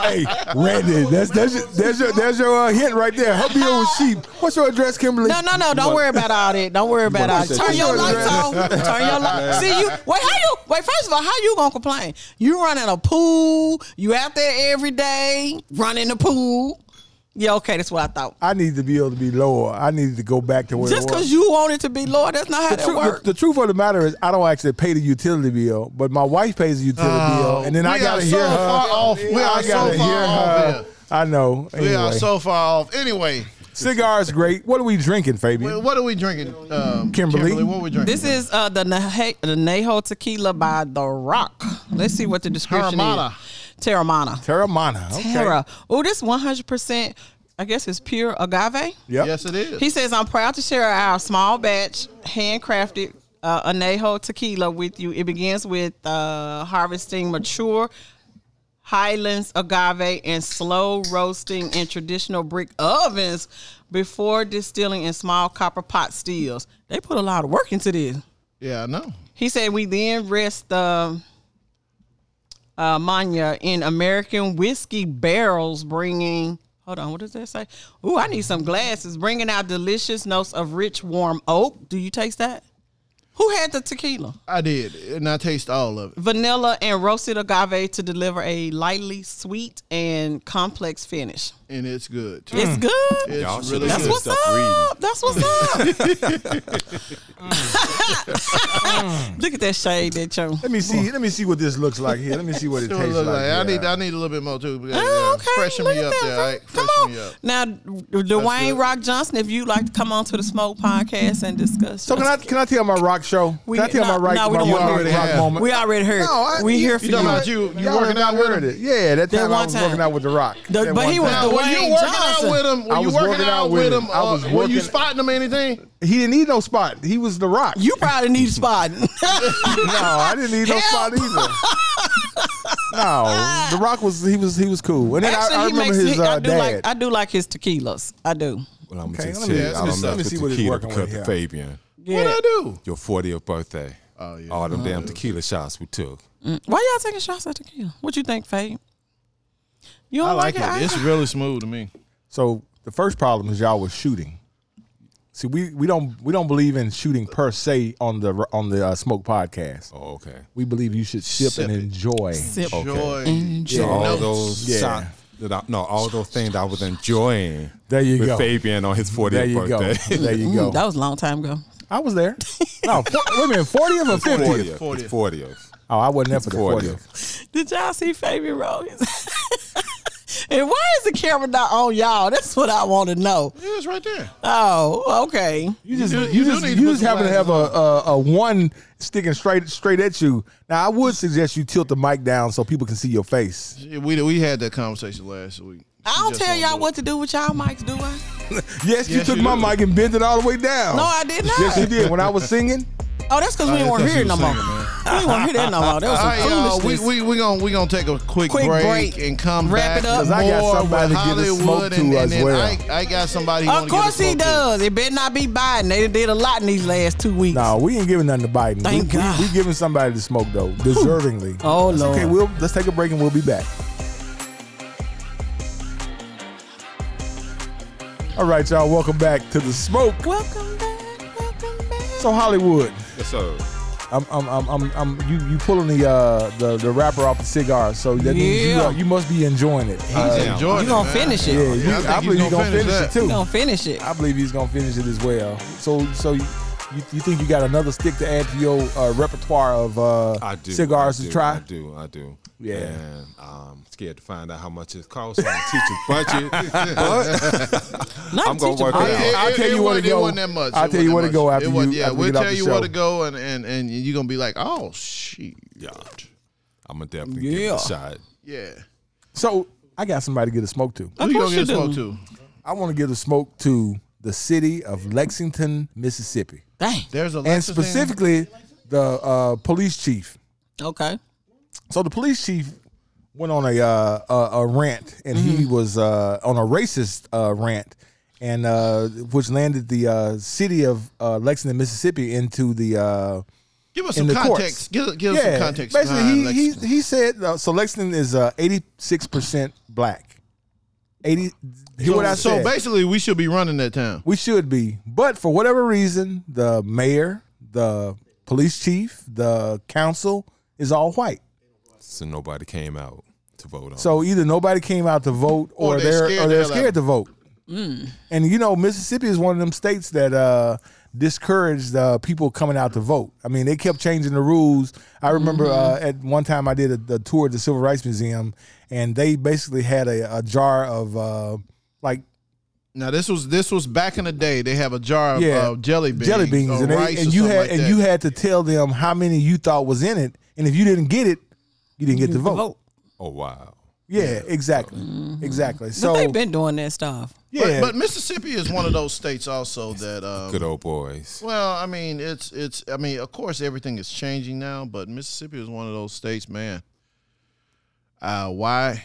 Speaker 2: Hey, Randy, that's that's your there's your, there's your uh, hint right there. Her bill was cheap. What's your address, Kimberly?
Speaker 4: no, no, no. Don't worry about all that. Don't worry about all
Speaker 1: want
Speaker 4: that.
Speaker 1: to
Speaker 4: Turn
Speaker 1: say
Speaker 4: your
Speaker 2: that.
Speaker 4: lights off. Turn your lights. See you. Wait, how you? Wait, first of all, how you gonna complain? You running a pool. You out there every day running the pool. Yeah, okay, that's what I thought.
Speaker 2: I need the bill to be lower. I need to go back to where
Speaker 4: Just
Speaker 2: it was.
Speaker 4: because you want it to be lower, that's not how
Speaker 2: the,
Speaker 4: that
Speaker 2: tru- the-
Speaker 4: works.
Speaker 2: the truth of the matter is, I don't actually pay the utility bill, but my wife pays the utility bill, and then I
Speaker 3: Oh. we
Speaker 2: gotta
Speaker 3: are
Speaker 2: hear
Speaker 3: so
Speaker 2: her.
Speaker 3: far off. We
Speaker 2: I
Speaker 3: are so
Speaker 2: gotta
Speaker 3: far
Speaker 2: hear
Speaker 3: off
Speaker 2: her.
Speaker 3: here.
Speaker 2: I know. Anyway.
Speaker 3: We are so far off. Anyway,
Speaker 2: Cigars great. What are we drinking, Fabian?
Speaker 3: what are we drinking, um,
Speaker 2: Kimberly?
Speaker 3: What are we drinking?
Speaker 4: This is uh, the Nehe- the Neho Tequila by The Rock. Let's see what the description
Speaker 3: Terramana.
Speaker 4: is. Terramana.
Speaker 2: Terramana. Okay.
Speaker 4: Terra. Oh, this 100%, I guess it's pure agave.
Speaker 2: Yep.
Speaker 3: Yes, it is.
Speaker 4: He says, I'm proud to share our small batch, handcrafted uh, Anejo tequila with you. It begins with uh, harvesting mature Highlands agave and slow roasting in traditional brick ovens before distilling in small copper pot steels. They put a lot of work into this.
Speaker 3: yeah, I know.
Speaker 4: He said, We then rest the uh, Manya in American whiskey barrels, bringing. Hold on, what does that say? Ooh, I need some glasses. Bringing out delicious notes of rich, warm oak. Do you taste that? Who had the tequila?
Speaker 3: I did, and I taste all of it.
Speaker 4: Vanilla and roasted agave to deliver a lightly sweet and complex finish.
Speaker 3: and it's good. Too.
Speaker 4: It's good.
Speaker 3: It's
Speaker 1: Y'all should
Speaker 3: really
Speaker 1: have
Speaker 4: That's
Speaker 1: Good
Speaker 3: good.
Speaker 4: what's
Speaker 1: stuff reading.
Speaker 4: up. That's what's up. Look at that shade that you.
Speaker 2: Let me see. Let me see what this looks like here. Let me see what it
Speaker 3: That's
Speaker 2: tastes
Speaker 3: what it
Speaker 2: like.
Speaker 3: look like. I need
Speaker 2: Yeah.
Speaker 3: I need a little bit more too. because,
Speaker 4: Oh,
Speaker 3: yeah,
Speaker 4: okay.
Speaker 3: Freshen
Speaker 4: Look
Speaker 3: me
Speaker 4: at
Speaker 3: up
Speaker 4: that.
Speaker 3: there. All right?
Speaker 4: Come
Speaker 3: Freshen
Speaker 4: on.
Speaker 3: me up.
Speaker 4: Now, Dwayne Rock Johnson, if you'd like to come on to the Smoke Podcast and discuss.
Speaker 2: So can I can I tell my rock show? Can
Speaker 4: We-
Speaker 2: I tell
Speaker 4: no,
Speaker 2: my rock,
Speaker 4: no, we
Speaker 2: my
Speaker 4: don't
Speaker 2: rock,
Speaker 4: wanna
Speaker 3: hear
Speaker 2: rock
Speaker 3: that.
Speaker 2: moment?
Speaker 4: We already heard.
Speaker 2: No, I-
Speaker 4: we here for
Speaker 3: You
Speaker 4: you.
Speaker 3: talking about you? You
Speaker 2: Y'all
Speaker 3: working
Speaker 2: already
Speaker 3: out with
Speaker 2: heard
Speaker 3: him?
Speaker 2: it? Yeah, that
Speaker 4: That
Speaker 2: time I
Speaker 4: one
Speaker 2: was
Speaker 4: time.
Speaker 2: working out with the rock.
Speaker 4: The-
Speaker 2: That
Speaker 4: but
Speaker 2: one
Speaker 4: he was
Speaker 2: time.
Speaker 4: the
Speaker 3: Were
Speaker 4: Dwayne
Speaker 3: you working
Speaker 4: Johnson.
Speaker 3: out with him?
Speaker 2: I
Speaker 3: Were you
Speaker 2: was
Speaker 3: working out with him?
Speaker 2: I was
Speaker 3: Uh, Were you
Speaker 2: working-
Speaker 3: spotting him anything?
Speaker 2: He didn't need no spot. He was the rock.
Speaker 4: You probably need spotting.
Speaker 2: no, I didn't need no spot
Speaker 4: Help.
Speaker 2: either. No, the rock was he was he was cool. And then
Speaker 4: Actually,
Speaker 2: I, I
Speaker 4: he
Speaker 2: remember
Speaker 4: makes.
Speaker 2: his
Speaker 4: he,
Speaker 2: uh,
Speaker 4: I do
Speaker 2: dad.
Speaker 4: like. I do like his tequilas. I do.
Speaker 1: Well, I'm
Speaker 2: Okay,
Speaker 1: just
Speaker 2: let
Speaker 1: tell
Speaker 2: me-
Speaker 1: you,
Speaker 2: let
Speaker 1: I
Speaker 2: me
Speaker 1: don't
Speaker 2: see-
Speaker 1: know
Speaker 2: let me
Speaker 1: if the
Speaker 2: see what it's
Speaker 1: tequila
Speaker 2: working with
Speaker 1: because
Speaker 2: here. Uh,
Speaker 1: of Fabian,
Speaker 4: Yeah.
Speaker 3: What I do?
Speaker 1: your 40th birthday,
Speaker 3: Oh, yeah.
Speaker 1: all them damn tequila shots we took.
Speaker 4: Why y'all taking shots at tequila? What you think, Faye? You don't
Speaker 3: Oh, I like
Speaker 4: it?
Speaker 3: it. It's really smooth to me.
Speaker 2: So the first problem is y'all was shooting. See, we, we don't we don't believe in shooting per se on the on the uh, smoke podcast.
Speaker 1: Oh, okay.
Speaker 2: We believe you should sip,
Speaker 3: Sip
Speaker 2: and
Speaker 3: it.
Speaker 2: enjoy.
Speaker 4: Sip.
Speaker 3: Joy.
Speaker 1: So all
Speaker 3: Notes.
Speaker 1: those
Speaker 2: Yeah.
Speaker 1: shots that I, no, all those things I was enjoying
Speaker 2: There you
Speaker 1: with
Speaker 2: go.
Speaker 1: Fabian on his 40th
Speaker 2: There you go.
Speaker 1: birthday.
Speaker 2: There you go.
Speaker 4: Mm, that was a long time ago.
Speaker 2: I was there. No, for, wait a minute, 40th or 50th?
Speaker 1: 40th. It's 40th.
Speaker 2: Oh, I wasn't there for the
Speaker 1: 40th.
Speaker 2: 40th.
Speaker 4: Did y'all see Fabian Rose? and why is the camera not on y'all? That's what I want to know.
Speaker 3: Yeah, it's right there.
Speaker 4: Oh, okay.
Speaker 2: You just you,
Speaker 3: do- you do
Speaker 2: just
Speaker 3: need
Speaker 2: you
Speaker 3: to put
Speaker 2: just
Speaker 3: the
Speaker 2: happen to have
Speaker 3: glasses
Speaker 2: a, a a one sticking straight straight at you. Now I would suggest you tilt the mic down so people can see your face.
Speaker 3: Yeah, We we had that conversation last week.
Speaker 4: I
Speaker 3: She
Speaker 4: don't
Speaker 3: just
Speaker 4: tell
Speaker 3: won't
Speaker 4: y'all
Speaker 3: do it.
Speaker 4: what to do with y'all mics, do I?
Speaker 2: Yes, you
Speaker 3: Yes,
Speaker 2: took
Speaker 3: you
Speaker 2: my
Speaker 3: do.
Speaker 2: mic and bent it all the way down.
Speaker 4: No, I did not.
Speaker 2: Oh. Yes, you did. When I was singing,
Speaker 4: Oh, that's because we
Speaker 3: I didn't
Speaker 4: weren't
Speaker 3: think she
Speaker 4: here
Speaker 3: was
Speaker 4: no more.
Speaker 3: singing, man.
Speaker 4: We ain't want to hear that no more. That
Speaker 3: All
Speaker 4: was some
Speaker 3: right, y'all. We
Speaker 4: foolishness.
Speaker 3: we we gonna we gonna take a quick,
Speaker 4: Quick
Speaker 3: break,
Speaker 4: break.
Speaker 3: and come
Speaker 4: Wrap
Speaker 3: back
Speaker 4: it up.
Speaker 3: 'cause I
Speaker 2: More
Speaker 3: got
Speaker 2: with
Speaker 3: somebody to give a
Speaker 2: Hollywood
Speaker 3: smoke
Speaker 2: and-
Speaker 3: to
Speaker 2: and
Speaker 3: as
Speaker 2: then
Speaker 3: well.
Speaker 2: I-
Speaker 3: I, I got somebody. who
Speaker 4: of
Speaker 3: wanna give a
Speaker 4: course he
Speaker 3: smoke to.
Speaker 4: does. It better not be Biden. They done did a lot in these last two weeks.
Speaker 2: No, we ain't giving nothing to Biden.
Speaker 4: Thank
Speaker 2: we,
Speaker 4: God.
Speaker 2: We, we giving somebody to smoke though, deservingly.
Speaker 4: Oh, Lord.
Speaker 2: Okay, we'll let's take a break and we'll be back. All right, y'all. Welcome back to the smoke.
Speaker 4: Welcome back. Welcome back.
Speaker 2: So Hollywood,
Speaker 1: Yes, sir.
Speaker 2: I'm, I'm, I'm, I'm, I'm you, you pulling the, uh, the, the wrapper off the cigar. So that means you,
Speaker 4: Yeah.
Speaker 2: uh, you must be enjoying it. Uh,
Speaker 3: He's
Speaker 1: Uh,
Speaker 3: enjoying
Speaker 4: You gonna
Speaker 3: it, man.
Speaker 4: finish it.
Speaker 2: yeah, you,
Speaker 3: Yeah, I
Speaker 2: I,
Speaker 3: think
Speaker 2: believe
Speaker 3: he's
Speaker 2: he's
Speaker 3: gonna
Speaker 2: gonna finish,
Speaker 3: finish
Speaker 2: it too.
Speaker 4: Don't finish it.
Speaker 2: I believe he's gonna finish it as well. So, so you, you, you think you got another stick to add to your uh, repertoire of uh,
Speaker 1: I do.
Speaker 2: cigars
Speaker 1: I do,
Speaker 2: to try?
Speaker 1: I do. I do.
Speaker 2: Yeah.
Speaker 1: And I'm scared to find out how much it costs on the teacher's budget. But
Speaker 4: Not
Speaker 1: I'm gonna
Speaker 4: teaching
Speaker 1: work
Speaker 4: Biden.
Speaker 1: it out.
Speaker 2: I'll tell you where
Speaker 3: wasn't-
Speaker 2: to go.
Speaker 3: It wasn't that much.
Speaker 2: I'll
Speaker 3: It
Speaker 2: tell you
Speaker 3: wasn't
Speaker 2: where to
Speaker 3: that
Speaker 2: go
Speaker 3: much.
Speaker 2: after
Speaker 3: It wasn't-
Speaker 2: you-
Speaker 3: Yeah,
Speaker 2: after we
Speaker 3: we'll
Speaker 2: get off
Speaker 3: tell
Speaker 2: the
Speaker 3: you where
Speaker 2: show.
Speaker 3: to go, and and and you're gonna be like, oh shit.
Speaker 1: yeah, I'm gonna definitely give it
Speaker 4: Yeah.
Speaker 1: a shot.
Speaker 3: Yeah.
Speaker 2: So, I got somebody to get a smoke to.
Speaker 3: Who you
Speaker 4: course
Speaker 3: gonna get a
Speaker 4: you
Speaker 3: smoke
Speaker 4: do.
Speaker 3: to?
Speaker 2: I want to give a smoke to the city of Lexington, Mississippi,
Speaker 4: Dang.
Speaker 3: There's a
Speaker 2: and
Speaker 3: Lexington-
Speaker 2: specifically the uh, police chief.
Speaker 4: Okay.
Speaker 2: So the police chief went on a uh, a, a rant, and he
Speaker 3: Mm-hmm.
Speaker 2: was uh, on a racist uh, rant, and uh, which landed the uh, city of uh, Lexington, Mississippi, into the. Uh,
Speaker 3: Give us
Speaker 2: in
Speaker 3: some
Speaker 2: the courts.
Speaker 3: context. Give, give us some context.
Speaker 2: Basically,
Speaker 3: behind
Speaker 2: he, he
Speaker 3: Lexington.
Speaker 2: he said uh, so. Lexington is eighty six percent black. Eighty. Hear what I
Speaker 3: so
Speaker 2: said.
Speaker 3: basically, we should be running that town.
Speaker 2: we should be, but for whatever reason, the mayor, the police chief, the council is all white.
Speaker 1: So nobody came out to vote on. it.
Speaker 2: So either nobody came out to vote, or,
Speaker 3: Or Oh, they
Speaker 2: they're or
Speaker 3: scared the
Speaker 2: they're
Speaker 3: hell out
Speaker 2: scared
Speaker 3: of
Speaker 2: to vote. And you know, Mississippi is one of them states that uh, discouraged uh, people coming out to vote. I mean, they kept changing the rules. I remember uh, at one time I did a, a tour at the Civil Rights Museum, and they basically had a, a jar of uh, like
Speaker 3: Now this was this was back in the day. They have a jar of
Speaker 2: Yeah.
Speaker 3: uh, jelly beans,
Speaker 2: jelly beans,
Speaker 3: or
Speaker 2: and, they-
Speaker 3: rice
Speaker 2: and
Speaker 3: or
Speaker 2: you
Speaker 3: something
Speaker 2: had
Speaker 3: like
Speaker 2: and
Speaker 3: that.
Speaker 2: you had to tell them how many you thought was in it, and if you didn't get it, you didn't get to vote. Mm-hmm.
Speaker 4: vote.
Speaker 1: oh wow.
Speaker 2: Yeah, exactly, exactly.
Speaker 4: But
Speaker 2: So
Speaker 4: they've been doing that stuff.
Speaker 2: yeah,
Speaker 3: But, but Mississippi is one of those states also that. Um,
Speaker 1: Good old boys.
Speaker 3: Well, I mean, it's it's. I mean, of course, everything is changing now, but Mississippi is one of those states, man. Uh, why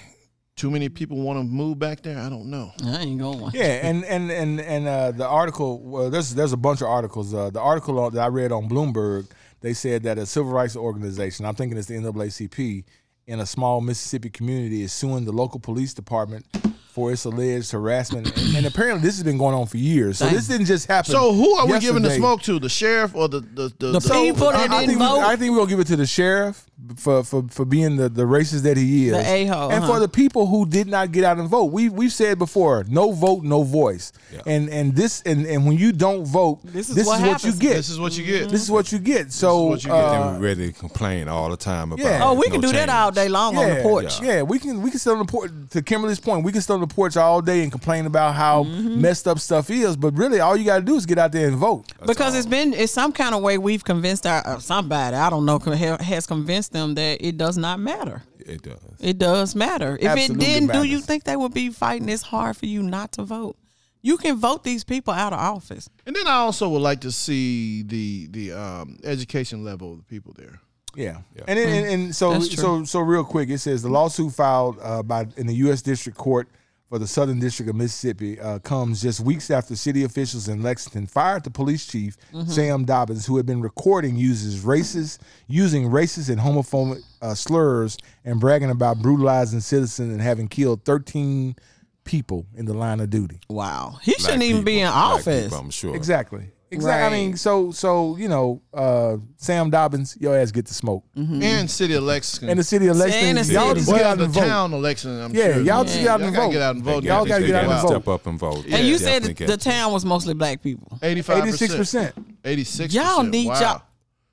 Speaker 3: too many people want to move back there? I don't know.
Speaker 4: I ain't going.
Speaker 2: Yeah, and and and and uh, the article. Well, there's there's a bunch of articles. Uh, the article on- that I read on Bloomberg, they said that a civil rights organization, I'm thinking it's the NAACP, in a small Mississippi community, is suing the local police department for its alleged harassment. and, and apparently, this has been going on for years. So this didn't just happen.
Speaker 3: So who are we giving the
Speaker 2: yesterday.
Speaker 3: smoke to? The sheriff or the the the,
Speaker 4: The people that
Speaker 2: I, I
Speaker 4: didn't
Speaker 2: think we,
Speaker 4: vote.
Speaker 2: I think we're gonna give it to the sheriff for for, for being the, the racist that he is,
Speaker 4: The a-hole,
Speaker 2: and
Speaker 4: huh?
Speaker 2: for the people who did not get out and vote. We we've said before, no vote, no voice, and and this and, and when you don't vote, this is,
Speaker 4: is what
Speaker 2: what, you
Speaker 4: happens.
Speaker 2: get. Mm-hmm.
Speaker 3: This is what you get.
Speaker 2: This is what you get. So
Speaker 3: what you get.
Speaker 2: uh,
Speaker 1: then we ready to complain all the time about.
Speaker 2: Yeah.
Speaker 4: Oh, we can
Speaker 1: no
Speaker 4: do that
Speaker 1: change.
Speaker 4: all day long on the porch.
Speaker 2: Yeah, we can we can sit on the porch. To Kimberly's point, we can sit on the porch all day and complain about how messed up stuff is. But really, all you got to do is get out there and vote.
Speaker 4: because it's been it's some kind of way we've convinced our uh, somebody I don't know con- ha- has convinced them that it does not matter.
Speaker 1: It does.
Speaker 4: It does matter. If
Speaker 2: Absolutely
Speaker 4: it didn't, do you
Speaker 2: matters.
Speaker 4: think they would be fighting this hard for you not to vote? You can vote these people out of office.
Speaker 3: and then I also would like to see the the um, education level of the people there.
Speaker 2: Yeah. And, then and and so
Speaker 4: That's true.
Speaker 2: so so real quick, it says the lawsuit filed uh, by in the U.S. District Court for the Southern District of Mississippi uh, comes just weeks after city officials in Lexington fired the police chief
Speaker 4: Mm-hmm.
Speaker 2: Sam Dobbins, who had been recording uses racist using racist and homophobic uh, slurs and bragging about brutalizing citizens and having killed thirteen people in the line of duty.
Speaker 4: Wow, he
Speaker 1: Black
Speaker 4: shouldn't even be
Speaker 1: people-
Speaker 4: in
Speaker 1: black
Speaker 4: office.
Speaker 1: people, I'm sure.
Speaker 2: Exactly. Exactly. I
Speaker 4: Right.
Speaker 2: mean, so so you know, uh, Sam Dobbins, your ass get the smoke,
Speaker 3: And city of Lexington.
Speaker 2: Mm-hmm. and the city of Lexington,
Speaker 4: the
Speaker 2: y'all
Speaker 4: city.
Speaker 2: just
Speaker 3: well,
Speaker 2: get out
Speaker 3: the
Speaker 2: and vote.
Speaker 3: town of Lexington. I'm
Speaker 2: Yeah,
Speaker 3: sure.
Speaker 2: y'all just get out
Speaker 3: Y'all
Speaker 2: and
Speaker 3: gotta
Speaker 2: vote.
Speaker 3: get out and vote.
Speaker 2: Y'all
Speaker 1: They-
Speaker 2: gotta
Speaker 1: they
Speaker 2: get out and
Speaker 1: gotta
Speaker 2: vote.
Speaker 1: Step up and vote.
Speaker 4: and you said
Speaker 1: Definitely
Speaker 4: that
Speaker 1: get
Speaker 4: the
Speaker 1: it.
Speaker 4: town was mostly black people.
Speaker 3: 85
Speaker 2: Eighty-six percent.
Speaker 3: 86
Speaker 4: Y'all need y'all-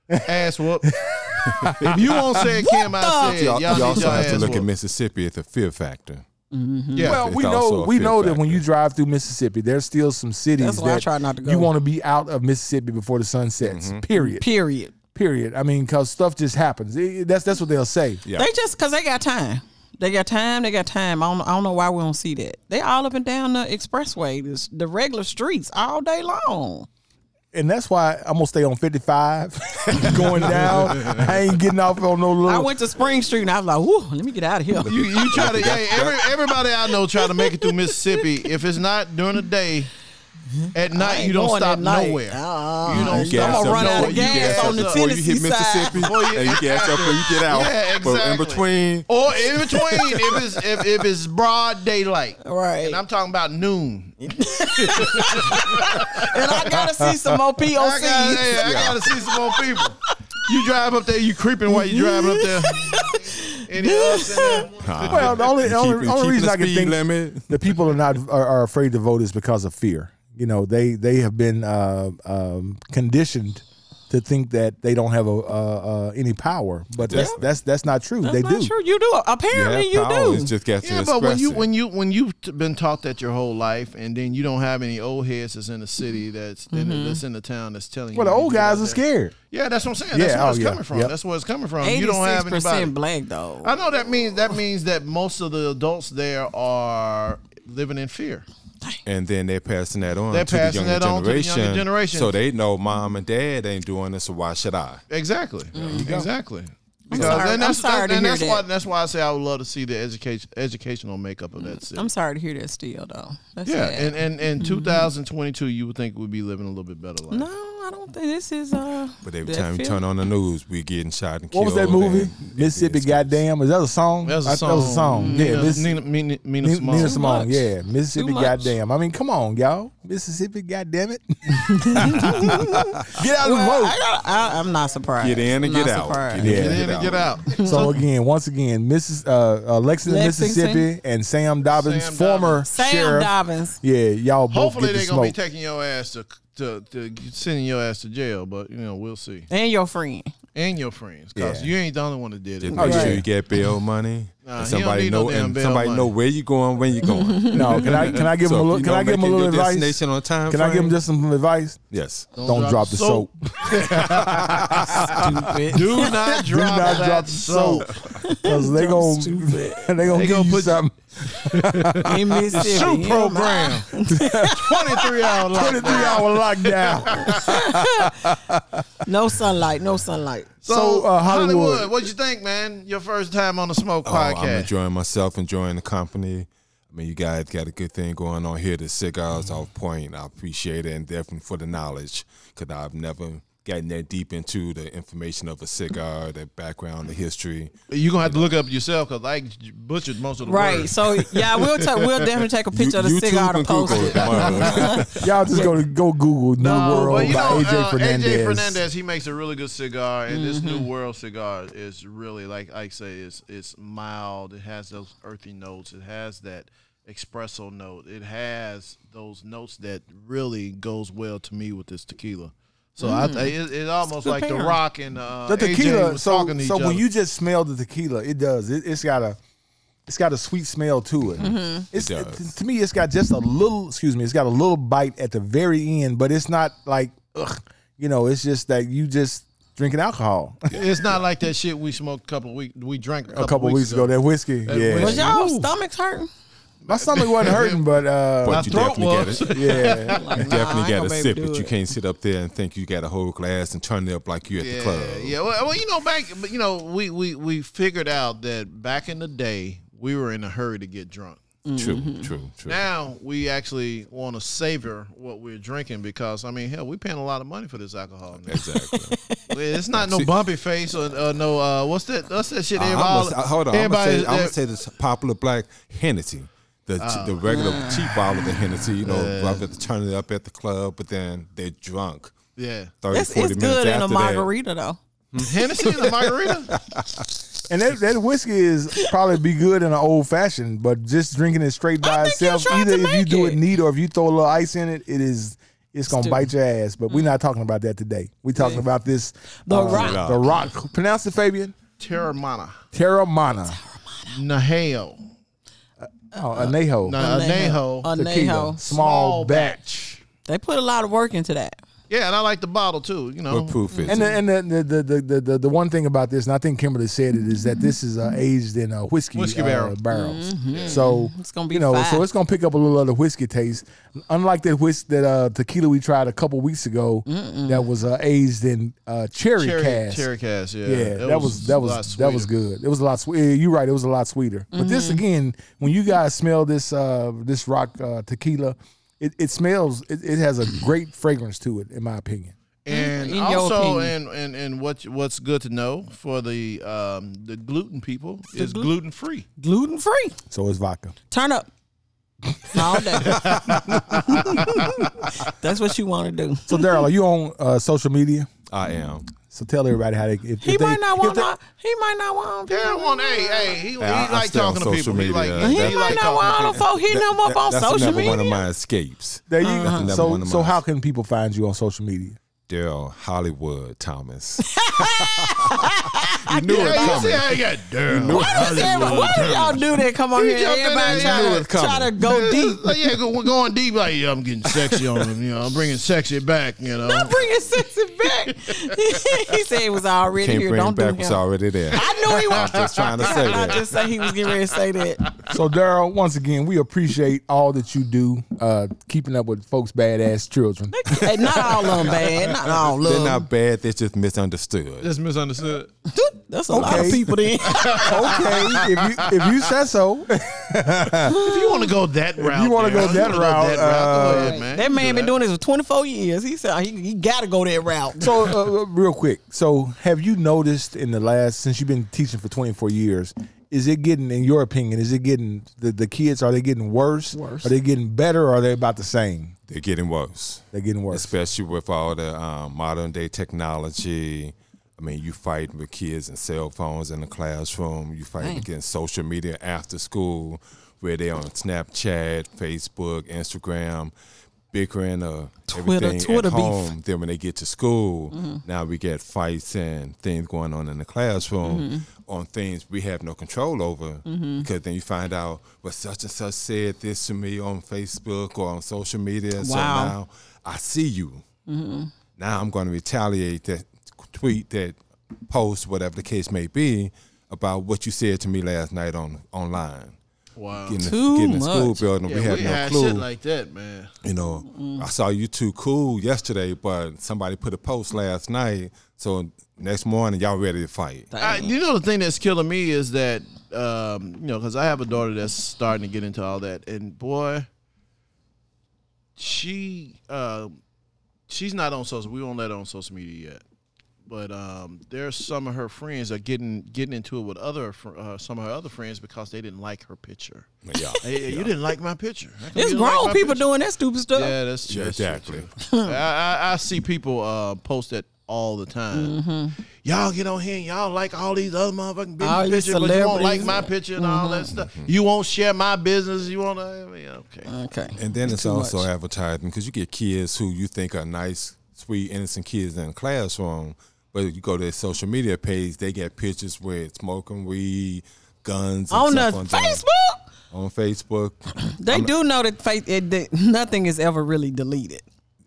Speaker 3: ass whoop. if you won't say it, Kim, I
Speaker 4: the-
Speaker 3: said
Speaker 1: Y'all,
Speaker 3: y'all,
Speaker 1: you
Speaker 3: need
Speaker 1: also
Speaker 3: y'all
Speaker 1: have to
Speaker 3: ass
Speaker 1: look at
Speaker 3: whoop.
Speaker 1: Mississippi at the fear factor.
Speaker 3: Yeah.
Speaker 2: Well,
Speaker 1: It's
Speaker 2: we
Speaker 1: also
Speaker 2: know
Speaker 1: a
Speaker 2: we
Speaker 1: fear
Speaker 2: know that when
Speaker 1: factor.
Speaker 2: you drive through Mississippi, there's still some cities
Speaker 4: That's why I
Speaker 2: that
Speaker 4: try not to go.
Speaker 2: you want to be out of Mississippi before the sun sets.
Speaker 1: Mm-hmm.
Speaker 2: Period.
Speaker 4: Period.
Speaker 2: Period. I mean, because stuff just happens. It- it- that's that's what they'll say.
Speaker 1: Yeah.
Speaker 4: They just because they got time. They got time. They got time. I don't, I don't know why we don't see that. They all up and down the expressway, this- the regular streets all day long.
Speaker 2: and that's why I'm gonna stay on 55 going down. I ain't getting off on no little.
Speaker 4: I went to Spring Street and I was like, "Woo, let me get out of here."
Speaker 3: You, you try to, hey, every, everybody I know try to make it through Mississippi. If it's not during the day, at night
Speaker 4: ain't
Speaker 3: you don't
Speaker 4: going
Speaker 3: stop
Speaker 4: at night.
Speaker 3: nowhere.
Speaker 4: Uh-uh.
Speaker 3: you don't
Speaker 4: You gas
Speaker 3: stop
Speaker 4: up run out
Speaker 3: nowhere.
Speaker 4: of
Speaker 1: you
Speaker 4: gas
Speaker 1: gas
Speaker 4: on
Speaker 1: up
Speaker 4: the
Speaker 1: before you hit
Speaker 4: Tennessee side.
Speaker 1: Mississippi,
Speaker 3: Before you-
Speaker 1: and you gas up when you get out.
Speaker 3: Yeah,
Speaker 1: But in
Speaker 3: exactly.
Speaker 1: between,
Speaker 3: Or in between, if it's if, if it's broad daylight,
Speaker 4: Right.
Speaker 3: And I'm talking about noon.
Speaker 4: and I gotta see some more
Speaker 3: I gotta,
Speaker 4: POCs.
Speaker 3: hey, I gotta see some more people. You drive up there, you creeping while you driving up there. Any else in there?
Speaker 1: Nah,
Speaker 2: Well, the only-
Speaker 1: you
Speaker 2: only-
Speaker 1: you
Speaker 2: only reason
Speaker 1: the
Speaker 2: I can
Speaker 1: speed
Speaker 2: think-
Speaker 1: limit.
Speaker 2: the people are not are, are afraid to vote is because of fear. You know, they they have been uh, um, conditioned to think that they don't have a, uh, uh, any power, but that's that's that's not true. they
Speaker 4: Not
Speaker 2: do.
Speaker 4: true. You do. Apparently,
Speaker 1: yeah,
Speaker 4: you
Speaker 1: power
Speaker 4: do.
Speaker 1: is just got to
Speaker 3: Yeah, but when
Speaker 1: express
Speaker 3: you
Speaker 1: it.
Speaker 3: when you when you've t- been taught that your whole life, and then you don't have any old heads that's in the
Speaker 4: Mm-hmm.
Speaker 3: city that's in, that's in the town that's telling
Speaker 2: Well,
Speaker 3: you.
Speaker 2: the old
Speaker 3: to get
Speaker 2: guys are
Speaker 3: out there.
Speaker 2: scared.
Speaker 3: Yeah, that's what I'm saying.
Speaker 2: Yeah,
Speaker 3: That's where
Speaker 2: oh,
Speaker 3: it's
Speaker 2: yeah,
Speaker 3: coming from.
Speaker 2: yep.
Speaker 3: That's where it's coming from. You don't have
Speaker 4: Eighty-six
Speaker 3: anybody.
Speaker 4: percent black though.
Speaker 3: I know that means that means that most of the adults there are living in fear.
Speaker 1: and then they're passing that on
Speaker 3: They're
Speaker 1: to
Speaker 3: passing
Speaker 1: the younger
Speaker 3: that on to the younger
Speaker 1: generation.
Speaker 3: generation.
Speaker 1: So they know mom and dad ain't doing this, so why should I?
Speaker 3: Exactly.
Speaker 4: Mm-hmm.
Speaker 3: Exactly.
Speaker 4: sorry- I'm
Speaker 3: and that's,
Speaker 4: sorry to
Speaker 3: and
Speaker 4: hear
Speaker 3: that's why
Speaker 4: that.
Speaker 3: that's why I say I would love to see the education educational makeup of that city.
Speaker 4: Mm, I'm sorry to hear that. Still though, that's
Speaker 3: yeah,
Speaker 4: sad. Mm-hmm.
Speaker 3: and and in 2022, you would think we'd be living a little bit better life.
Speaker 4: no, I don't think this is. Uh,
Speaker 1: But every
Speaker 4: that
Speaker 1: time you
Speaker 4: feel-
Speaker 1: turn on the news, we getting shot
Speaker 2: What
Speaker 1: and killed.
Speaker 2: was that movie?
Speaker 1: and-
Speaker 2: Mississippi Goddamn. Is that a song?
Speaker 3: That was
Speaker 2: I-
Speaker 3: a song.
Speaker 2: That was a song.
Speaker 3: Nina,
Speaker 2: yeah, Miss-
Speaker 3: Nina, Nina, Nina,
Speaker 2: Nina
Speaker 3: Simone.
Speaker 2: Simone.
Speaker 4: much.
Speaker 2: yeah. Mississippi,
Speaker 4: Too much.
Speaker 2: goddamn. I mean, come on, y'all. Mississippi, goddamn it. Get out
Speaker 4: Well,
Speaker 2: and vote.
Speaker 4: I got. I, I'm not surprised.
Speaker 1: Get in and
Speaker 4: I'm
Speaker 1: get
Speaker 4: not
Speaker 1: out.
Speaker 4: surprised.
Speaker 1: Get
Speaker 2: Yeah.
Speaker 1: in
Speaker 3: Get
Speaker 1: and
Speaker 3: in and get out.
Speaker 2: So again, once again, Mrs. Uh, uh, Lexington,
Speaker 4: Lexington.
Speaker 2: Mississippi, and Sam Dobbins,
Speaker 3: Sam
Speaker 2: former
Speaker 4: Sam
Speaker 2: sheriff.
Speaker 4: Dobbins.
Speaker 2: yeah, y'all both
Speaker 3: Hopefully
Speaker 2: get the
Speaker 3: they're gonna be
Speaker 2: smoke.
Speaker 3: taking your ass to, to to sending your ass to jail, but you know we'll see.
Speaker 4: And your friend.
Speaker 3: And your friends, cause
Speaker 2: Yeah.
Speaker 3: you ain't the only one that did it.
Speaker 1: Just
Speaker 2: Oh,
Speaker 1: make
Speaker 2: yeah.
Speaker 1: sure you get bail money.
Speaker 3: Nah,
Speaker 1: and
Speaker 3: he don't
Speaker 1: somebody
Speaker 3: need no
Speaker 1: know
Speaker 3: damn
Speaker 1: and
Speaker 3: bail
Speaker 1: somebody
Speaker 3: money.
Speaker 1: know where you going, when you going.
Speaker 2: no, can I can I give
Speaker 1: So
Speaker 2: him a
Speaker 1: if
Speaker 2: little
Speaker 1: you
Speaker 2: can I
Speaker 1: don't
Speaker 2: give him a
Speaker 1: make it to
Speaker 2: little
Speaker 1: your
Speaker 2: advice?
Speaker 1: destination on time?
Speaker 2: Can I give him
Speaker 1: frame,
Speaker 2: just some advice?
Speaker 1: yes?
Speaker 2: Don't drop the soap.
Speaker 3: Do not drop
Speaker 2: not
Speaker 3: that
Speaker 2: drop the
Speaker 3: soap.
Speaker 2: Because they gonna they gonna
Speaker 3: They
Speaker 2: give
Speaker 3: gonna
Speaker 2: you
Speaker 3: put-
Speaker 2: something.
Speaker 4: In Mississippi.
Speaker 3: Shoe
Speaker 4: Yeah, my-
Speaker 3: program. 23 hour
Speaker 2: Twenty
Speaker 3: lockdown.
Speaker 2: three hour lockdown.
Speaker 4: No sunlight. No sunlight.
Speaker 3: So,
Speaker 2: So, uh,
Speaker 3: Hollywood.
Speaker 2: Hollywood.
Speaker 3: what'd you think, man? Your first time on the Smoke
Speaker 1: Oh, I'm
Speaker 3: Podcast.
Speaker 1: enjoying myself, enjoying the company. I mean, you guys got a good thing going on here. The cigars off point. I appreciate it, and definitely for the knowledge, because I've never gotten that deep into the information of a cigar, the background, the history.
Speaker 3: You're going to have to look up yourself because I butchered most of the
Speaker 4: Right.
Speaker 3: words.
Speaker 4: So yeah, we'll ta- we'll definitely take a picture of the cigar to post it.
Speaker 1: tomorrow.
Speaker 2: Y'all just go to go Google New
Speaker 3: No,
Speaker 2: World
Speaker 3: Um, but you know,
Speaker 2: by AJ,
Speaker 3: uh,
Speaker 2: Fernandez. Mm-hmm.
Speaker 3: AJ Fernandez, he makes a really good cigar, and this New World cigar is really, like Ike say, it's, it's mild. It has those earthy notes. It has that espresso note. It has those notes that really goes well to me with this tequila. So I th- it, it almost
Speaker 4: good
Speaker 3: like The
Speaker 4: pairing.
Speaker 3: Rock and uh,
Speaker 2: Mm. The
Speaker 3: AJ
Speaker 2: tequila.
Speaker 3: was
Speaker 2: So
Speaker 3: talking to
Speaker 2: so
Speaker 3: each
Speaker 2: when
Speaker 3: other.
Speaker 2: you just smell the tequila, it does. It, it's got a it's got a sweet smell to it. It's
Speaker 1: It does.
Speaker 2: to me, it's got just a little. Excuse me, it's got a little bite at the very end, but it's not like ugh. You know, it's just that you just drinking alcohol.
Speaker 3: It's not like that shit we smoked a couple weeks. We drank a couple,
Speaker 2: a couple weeks, ago, that whiskey. yeah,
Speaker 3: whiskey.
Speaker 4: Was y'all stomachs hurting?
Speaker 2: my stomach wasn't hurting, but uh,
Speaker 1: but you
Speaker 3: throat
Speaker 1: definitely
Speaker 3: was.
Speaker 1: got it.
Speaker 2: yeah,
Speaker 1: You
Speaker 4: Nah, I
Speaker 1: definitely
Speaker 4: ain't
Speaker 1: got
Speaker 4: gonna
Speaker 1: to
Speaker 4: be able
Speaker 1: sip
Speaker 4: to do
Speaker 1: it. You
Speaker 4: it.
Speaker 1: can't sit up there and think you got a whole glass and turn it up like you at the club.
Speaker 3: Yeah, yeah. Well, well, you know, back, but, you know, we, we we figured out that back in the day we were in a hurry to get drunk.
Speaker 1: True,
Speaker 4: Mm-hmm.
Speaker 1: true, true.
Speaker 3: Now we actually want to savor what we're drinking because I mean, hell, we're paying a lot of money for this alcohol. Now.
Speaker 1: Exactly.
Speaker 3: It's not no bumpy face or, or no uh, what's that? What's that shit?
Speaker 1: I'm
Speaker 3: Everybody,
Speaker 1: gonna, hold on. I'm gonna,
Speaker 3: everybody,
Speaker 1: say, I'm gonna say this popular black Hennessy, the the
Speaker 4: Oh,
Speaker 1: regular cheap bottle of the Hennessy. You know, rather than turn it up at the club, but then they're drunk.
Speaker 3: yeah,
Speaker 1: 30,
Speaker 4: It's,
Speaker 1: 40
Speaker 4: it's
Speaker 1: minutes
Speaker 4: good in
Speaker 1: after
Speaker 4: a margarita though.
Speaker 3: Hennessy and a margarita.
Speaker 2: and that, that whiskey is probably be good in an old fashioned, but just drinking it straight by
Speaker 4: I think you
Speaker 2: itself,
Speaker 4: tried
Speaker 2: either
Speaker 4: to
Speaker 2: if you
Speaker 4: make
Speaker 2: do it
Speaker 4: it.
Speaker 2: neat or if you throw a little ice in it, it is it's gonna
Speaker 4: Stupid.
Speaker 2: bite your ass. But we're not talking about that today. We're talking about this
Speaker 4: Mm.
Speaker 2: uh,
Speaker 4: The Rock.
Speaker 2: the rock. Pronounce it, Fabian.
Speaker 3: Terramana,
Speaker 2: Terramana.
Speaker 3: Nahale,
Speaker 2: Oh, anejo.
Speaker 3: uh, Nah, Anejo,
Speaker 4: Anejo.
Speaker 2: Tequila. Small batch.
Speaker 4: They put a lot of work into that.
Speaker 3: Yeah, and I like the bottle too. You know,
Speaker 1: What proof is
Speaker 2: And
Speaker 1: it?
Speaker 2: the, and the, the, the, the, the the one thing about this, and I think Kimberly said it, is that this is uh, aged in uh, whiskey,
Speaker 3: Whiskey
Speaker 2: uh,
Speaker 3: barrel.
Speaker 2: barrels. So
Speaker 4: Mm-hmm. It's gonna be
Speaker 2: you know, so
Speaker 4: fine.
Speaker 2: it's gonna pick up a little of the whiskey taste. Unlike that whisk that uh, tequila we tried a couple weeks ago, that was uh, aged in uh, cherry,
Speaker 3: cherry
Speaker 2: cask.
Speaker 3: cherry cast. Yeah,
Speaker 2: Yeah, that was that
Speaker 3: a lot
Speaker 2: was that was
Speaker 3: sweeter.
Speaker 2: good. It was a lot. Swe- yeah, you're right. It was a lot sweeter. But
Speaker 4: Mm-hmm.
Speaker 2: this again, when you guys smell this uh this rock uh, tequila, it, it smells. It, it has a great fragrance to it, in my opinion.
Speaker 3: And
Speaker 4: in your
Speaker 3: also, and,
Speaker 4: opinion.
Speaker 3: and and what what's good to know for the um the gluten people is gluten free.
Speaker 4: Gluten free.
Speaker 2: So it's vodka.
Speaker 4: Turn up. All day. That's what you want to do.
Speaker 2: So Daryl, are you on uh, social media?
Speaker 1: I am.
Speaker 2: So tell everybody how they. If, if
Speaker 4: He
Speaker 2: they,
Speaker 4: might not
Speaker 2: if
Speaker 4: want.
Speaker 2: they-
Speaker 4: my- He might not want.
Speaker 3: Yeah, one. Hey, hey, he, he
Speaker 1: I- I
Speaker 3: like
Speaker 1: stay on
Speaker 3: talking to
Speaker 1: social
Speaker 3: people. He like
Speaker 1: media.
Speaker 4: He
Speaker 1: They
Speaker 3: he
Speaker 1: That's-
Speaker 4: might
Speaker 3: like
Speaker 4: not
Speaker 3: talking to
Speaker 4: want
Speaker 3: people.
Speaker 4: folk hitting him up on
Speaker 1: that's
Speaker 4: social
Speaker 1: never one of
Speaker 4: media.
Speaker 1: my escapes.
Speaker 2: There you
Speaker 4: Uh-huh.
Speaker 1: That's
Speaker 2: go.
Speaker 1: never one
Speaker 2: So
Speaker 1: of
Speaker 2: so
Speaker 1: mine.
Speaker 2: how can people find you on social media?
Speaker 1: Daryl Hollywood Thomas. you knew it
Speaker 3: Hey, you see
Speaker 1: coming.
Speaker 3: how he got down?
Speaker 4: Why does everybody? Why do y'all do that? Come on
Speaker 3: He
Speaker 4: here,
Speaker 3: jumped in
Speaker 4: everybody
Speaker 3: there, he knew
Speaker 4: try
Speaker 3: it
Speaker 4: to, try to go deep.
Speaker 3: Like, yeah, go- we're going deep. Like, yeah, I'm getting sexy on him. You know, I'm bringing sexy back. You know,
Speaker 4: I'm bringing sexy back. he said it was already
Speaker 1: Can't
Speaker 4: here.
Speaker 1: bring
Speaker 4: Don't
Speaker 1: it back.
Speaker 4: do
Speaker 1: It's
Speaker 4: him.
Speaker 1: already there.
Speaker 4: I knew he was.
Speaker 1: Just trying to say
Speaker 4: I
Speaker 1: that.
Speaker 4: just say he was getting ready to say that.
Speaker 2: So Daryl, once again, we appreciate all that you do, uh, keeping up with folks' badass children.
Speaker 4: Hey, not all of them bad. Not all
Speaker 1: They're
Speaker 4: of them.
Speaker 1: not bad. They're just misunderstood.
Speaker 3: just misunderstood.
Speaker 4: That's a lot
Speaker 2: Okay.
Speaker 4: of people then.
Speaker 2: okay, if you if you said so.
Speaker 3: If you want to go that route,
Speaker 2: wanna
Speaker 3: man,
Speaker 2: go that
Speaker 3: wanna
Speaker 2: route,
Speaker 3: go
Speaker 2: uh,
Speaker 3: ahead, man.
Speaker 4: that
Speaker 3: You
Speaker 4: man
Speaker 3: do
Speaker 4: been
Speaker 3: that.
Speaker 4: doing this for 24 years. He said he, he got to go that route.
Speaker 2: So, uh, uh, real quick. So, have you noticed in the last since you've been teaching for 24 years, is it getting, in your opinion, is it getting the, the kids? Are they getting worse? Worse. Are they getting better? Or are they about the same?
Speaker 1: They're getting worse.
Speaker 2: They're getting worse.
Speaker 1: especially with all the um, modern day technology. I mean, you fighting with kids and cell phones in the classroom. You fighting against social media after school, where they on Snapchat, Facebook, Instagram, bickering uh,
Speaker 4: Twitter-
Speaker 1: everything
Speaker 4: Twitter
Speaker 1: at
Speaker 4: beef.
Speaker 1: home. Then when they get to school,
Speaker 4: Mm-hmm.
Speaker 1: now we get fights and things going on in the classroom
Speaker 4: Mm-hmm.
Speaker 1: on things we have no control over. Because then you find out, well, such and such said this to me on Facebook or on social media. So
Speaker 4: Wow. Mm-hmm.
Speaker 1: now I see you. Now I'm going to retaliate that tweet, that post, whatever the case may be, about what you said to me last night on online.
Speaker 3: Wow.
Speaker 1: Getting the-
Speaker 4: Too
Speaker 1: getting the school
Speaker 4: much.
Speaker 1: building,
Speaker 3: Yeah,
Speaker 1: we have
Speaker 3: we
Speaker 1: no
Speaker 3: had
Speaker 1: clue
Speaker 3: shit like that, man.
Speaker 1: you know, I saw you too cool yesterday, but somebody put a post last night. So next morning, y'all ready to fight?
Speaker 3: I, you know the thing that's killing me is that um, you know because I have a daughter that's starting to get into all that, and boy, she uh, she's not on social. We won't let her on social media yet, but um, there's some of her friends are getting getting into it with other fr- uh, some of her other friends because they didn't like her picture.
Speaker 1: Yeah,
Speaker 3: Hey, you didn't like my picture. How come you
Speaker 4: It's
Speaker 3: didn't like
Speaker 4: grown
Speaker 3: my
Speaker 4: people
Speaker 3: picture?
Speaker 4: doing that stupid stuff.
Speaker 3: Yeah, that's true. that's true,
Speaker 1: exactly.
Speaker 3: true. I, I, I see people uh, post that all the time.
Speaker 2: Mm-hmm.
Speaker 3: Y'all get on here and y'all like all these other motherfucking big
Speaker 4: All you
Speaker 3: pictures, but you won't like
Speaker 4: celebrities.
Speaker 3: my picture and all
Speaker 2: Mm-hmm.
Speaker 3: that stuff. You won't share my business. You won't. I mean, okay.
Speaker 2: Uh,
Speaker 4: Okay.
Speaker 1: And then it's,
Speaker 4: too
Speaker 1: also
Speaker 4: much.
Speaker 1: advertising because you get kids who you think are nice, sweet, innocent kids in the classroom, but you go to their social media page, they get pictures with smoking weed, guns, and
Speaker 4: On the
Speaker 1: stuff on there.
Speaker 4: Facebook,
Speaker 1: On Facebook,
Speaker 4: they do know that, fa- it, that nothing is ever really deleted.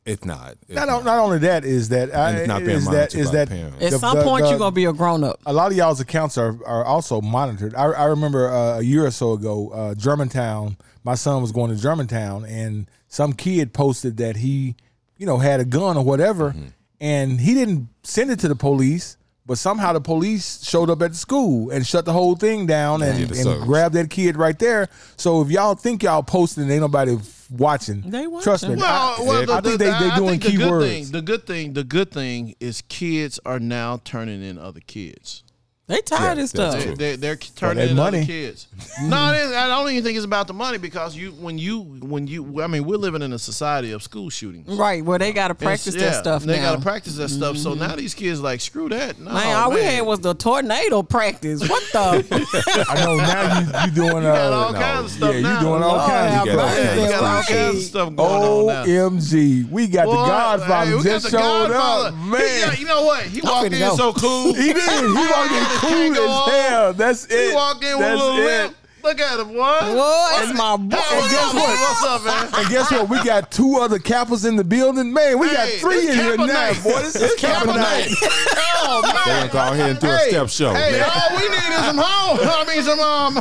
Speaker 1: it's not. It's
Speaker 2: Not, not only that is that I,
Speaker 1: And it's not being
Speaker 2: is that
Speaker 1: monitored
Speaker 2: is
Speaker 1: by
Speaker 2: that
Speaker 1: parents.
Speaker 4: At
Speaker 2: the-
Speaker 4: some
Speaker 2: the-
Speaker 4: point,
Speaker 2: the-
Speaker 4: you're gonna be a grown up.
Speaker 2: a lot of y'all's accounts are, are also monitored. I, I remember uh, a year or so ago, uh, Germantown. My son was going to Germantown, and some kid posted that he, you know, had a gun or whatever,
Speaker 1: Mm-hmm.
Speaker 2: and he didn't send it to the police. But somehow the police showed up at the school and shut the whole thing down and,
Speaker 1: did a
Speaker 2: and
Speaker 1: search.
Speaker 2: grabbed that kid right there. So if y'all think y'all posting, ain't nobody f- watching.
Speaker 4: They
Speaker 2: Trust me.
Speaker 4: watching.
Speaker 3: Well,
Speaker 1: I-
Speaker 3: well,
Speaker 1: I
Speaker 3: the-
Speaker 2: think
Speaker 3: the-
Speaker 2: they- they
Speaker 3: I
Speaker 2: doing
Speaker 3: think the good
Speaker 2: keywords.
Speaker 3: Thing, the good thing, the good thing is kids are now turning in other kids.
Speaker 4: They tired
Speaker 1: Yeah,
Speaker 4: of stuff.
Speaker 1: that's
Speaker 3: They,
Speaker 1: True.
Speaker 3: they, they're turning
Speaker 2: Oh. that
Speaker 3: in
Speaker 2: money.
Speaker 3: other kids. no, it isn't. I don't even think it's about the money because you, when you, when you, I mean, we're living in a society of school shootings.
Speaker 4: Right. Well, they gotta
Speaker 3: It's-
Speaker 4: practice that
Speaker 3: yeah,
Speaker 4: stuff
Speaker 3: They
Speaker 4: now. Mm-hmm.
Speaker 3: gotta practice that stuff. So now these kids like screw that. No,
Speaker 4: man, all we
Speaker 3: man.
Speaker 4: had was the tornado practice. What the?
Speaker 2: I know now you you doing
Speaker 3: You got
Speaker 2: uh,
Speaker 3: all kinds of stuff
Speaker 2: yeah, you
Speaker 3: now.
Speaker 2: doing all
Speaker 3: Lord,
Speaker 2: kinds of
Speaker 1: You got all
Speaker 3: yeah,
Speaker 1: kinds
Speaker 3: you
Speaker 1: of
Speaker 3: got all
Speaker 1: stuff.
Speaker 3: kinds of stuff going
Speaker 4: Oh,
Speaker 3: on now.
Speaker 2: OMG. We got
Speaker 3: Boy,
Speaker 2: the Godfather
Speaker 3: hey, we got
Speaker 2: just
Speaker 3: the
Speaker 2: showed up.
Speaker 3: Godfather.
Speaker 2: Man.
Speaker 3: He- yeah, you know what? He walked
Speaker 4: finna
Speaker 3: in
Speaker 4: go.
Speaker 3: so cool.
Speaker 2: He did. He walked in cool
Speaker 3: He go
Speaker 2: as
Speaker 3: on.
Speaker 2: hell. That's it.
Speaker 3: He walked in with
Speaker 2: That's
Speaker 3: a little
Speaker 2: it.
Speaker 3: limp. Look at him, boy.
Speaker 4: Whoa, it's my boy.
Speaker 3: Hey,
Speaker 2: guess what?
Speaker 3: What's up, man?
Speaker 2: And guess what? We got two other Kappas in the building. Man, we got
Speaker 3: Hey,
Speaker 2: three
Speaker 3: it's
Speaker 2: in here
Speaker 3: Kappa
Speaker 2: now,
Speaker 3: night.
Speaker 2: boy. This is Kappa night.
Speaker 3: oh,
Speaker 1: They
Speaker 3: man.
Speaker 1: gonna go ahead and do a step show.
Speaker 3: Hey,
Speaker 1: man.
Speaker 3: all we need is some home. I mean, some um.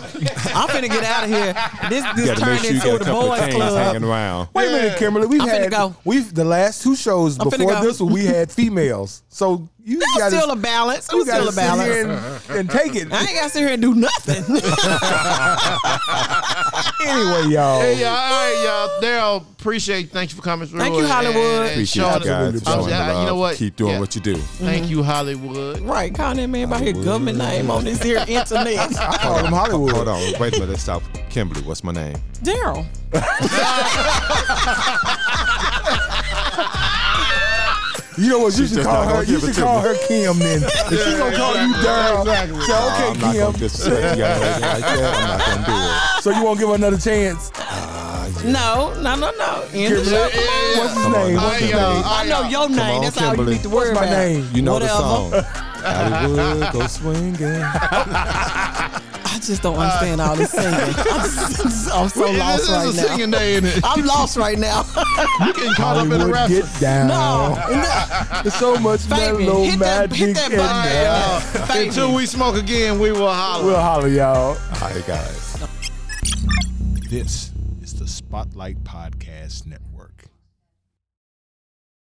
Speaker 4: I'm finna get out of here. This
Speaker 1: You
Speaker 4: this
Speaker 1: gotta make
Speaker 4: turned
Speaker 1: sure you
Speaker 4: into
Speaker 1: got a
Speaker 4: the
Speaker 1: couple of
Speaker 4: boys
Speaker 1: chains
Speaker 4: club.
Speaker 1: hanging around.
Speaker 2: Wait a minute, Kimberly. We've
Speaker 4: I'm finna
Speaker 2: had
Speaker 4: go.
Speaker 2: we've the last two shows
Speaker 4: I'm finna
Speaker 2: before
Speaker 4: go.
Speaker 2: this one we had females. So you got
Speaker 4: That's still a balance. I'm
Speaker 2: you got
Speaker 4: still
Speaker 2: to
Speaker 4: a
Speaker 2: sit here
Speaker 4: balance.
Speaker 2: and, and take it.
Speaker 4: I ain't gotta sit here and do nothing.
Speaker 2: Anyway, y'all.
Speaker 3: Hey, y'all. All right, y'all. Daryl, appreciate. Thank you for coming through.
Speaker 4: Thank you,
Speaker 3: and-
Speaker 4: Hollywood.
Speaker 3: and
Speaker 1: Appreciate
Speaker 3: showing
Speaker 1: you
Speaker 3: us-
Speaker 1: guys for
Speaker 2: I'm
Speaker 1: showing
Speaker 3: yeah,
Speaker 1: the love.
Speaker 3: You know what?
Speaker 1: Keep doing
Speaker 3: Yeah.
Speaker 1: what you do.
Speaker 3: Thank you, Hollywood.
Speaker 4: right, calling that man about his government name on this here internet.
Speaker 2: I call him Hollywood.
Speaker 1: Hold on, wait a minute. Stop, Kimberly. What's my name?
Speaker 4: Daryl.
Speaker 2: You know what? You should
Speaker 1: just
Speaker 2: call
Speaker 1: not
Speaker 2: her.
Speaker 1: gonna
Speaker 2: You
Speaker 1: give
Speaker 2: should
Speaker 1: it to
Speaker 2: call
Speaker 1: me.
Speaker 2: her Kim then. If she gonna call you Daryl, say
Speaker 1: Nah,
Speaker 2: okay,
Speaker 1: I'm not gonna
Speaker 2: Kim.
Speaker 1: disrespect you guys like that. I'm not gonna do it.
Speaker 2: So you won't give her another chance.
Speaker 4: No, no, no, no. End the show. Come on.
Speaker 2: What's his
Speaker 1: Come on,
Speaker 2: name?
Speaker 1: now.
Speaker 2: What's his
Speaker 1: Hey, uh,
Speaker 2: name?
Speaker 4: I know your name.
Speaker 1: on,
Speaker 4: That's all
Speaker 1: Kimberly.
Speaker 4: you need to worry
Speaker 2: What's my
Speaker 4: about.
Speaker 2: name?
Speaker 1: You know
Speaker 4: Whatever.
Speaker 1: the song. Hollywood go swinging.
Speaker 4: I just don't understand all this singing. I'm, just- I'm so
Speaker 3: This
Speaker 4: lost
Speaker 3: is
Speaker 4: right
Speaker 3: a
Speaker 4: now.
Speaker 3: singing day, is it?
Speaker 4: I'm lost right now.
Speaker 3: You getting caught up in the
Speaker 2: Hollywood,
Speaker 3: rap.
Speaker 2: get down. There's so much
Speaker 4: Fabian,
Speaker 2: mellow
Speaker 4: hit that,
Speaker 2: magic
Speaker 4: hit that
Speaker 2: in there.
Speaker 1: uh,
Speaker 4: button. Fabian.
Speaker 3: Until we smoke again, we will holler.
Speaker 2: We'll holler, y'all.
Speaker 1: Hi guys.
Speaker 2: This is the Spotlight Podcast Network.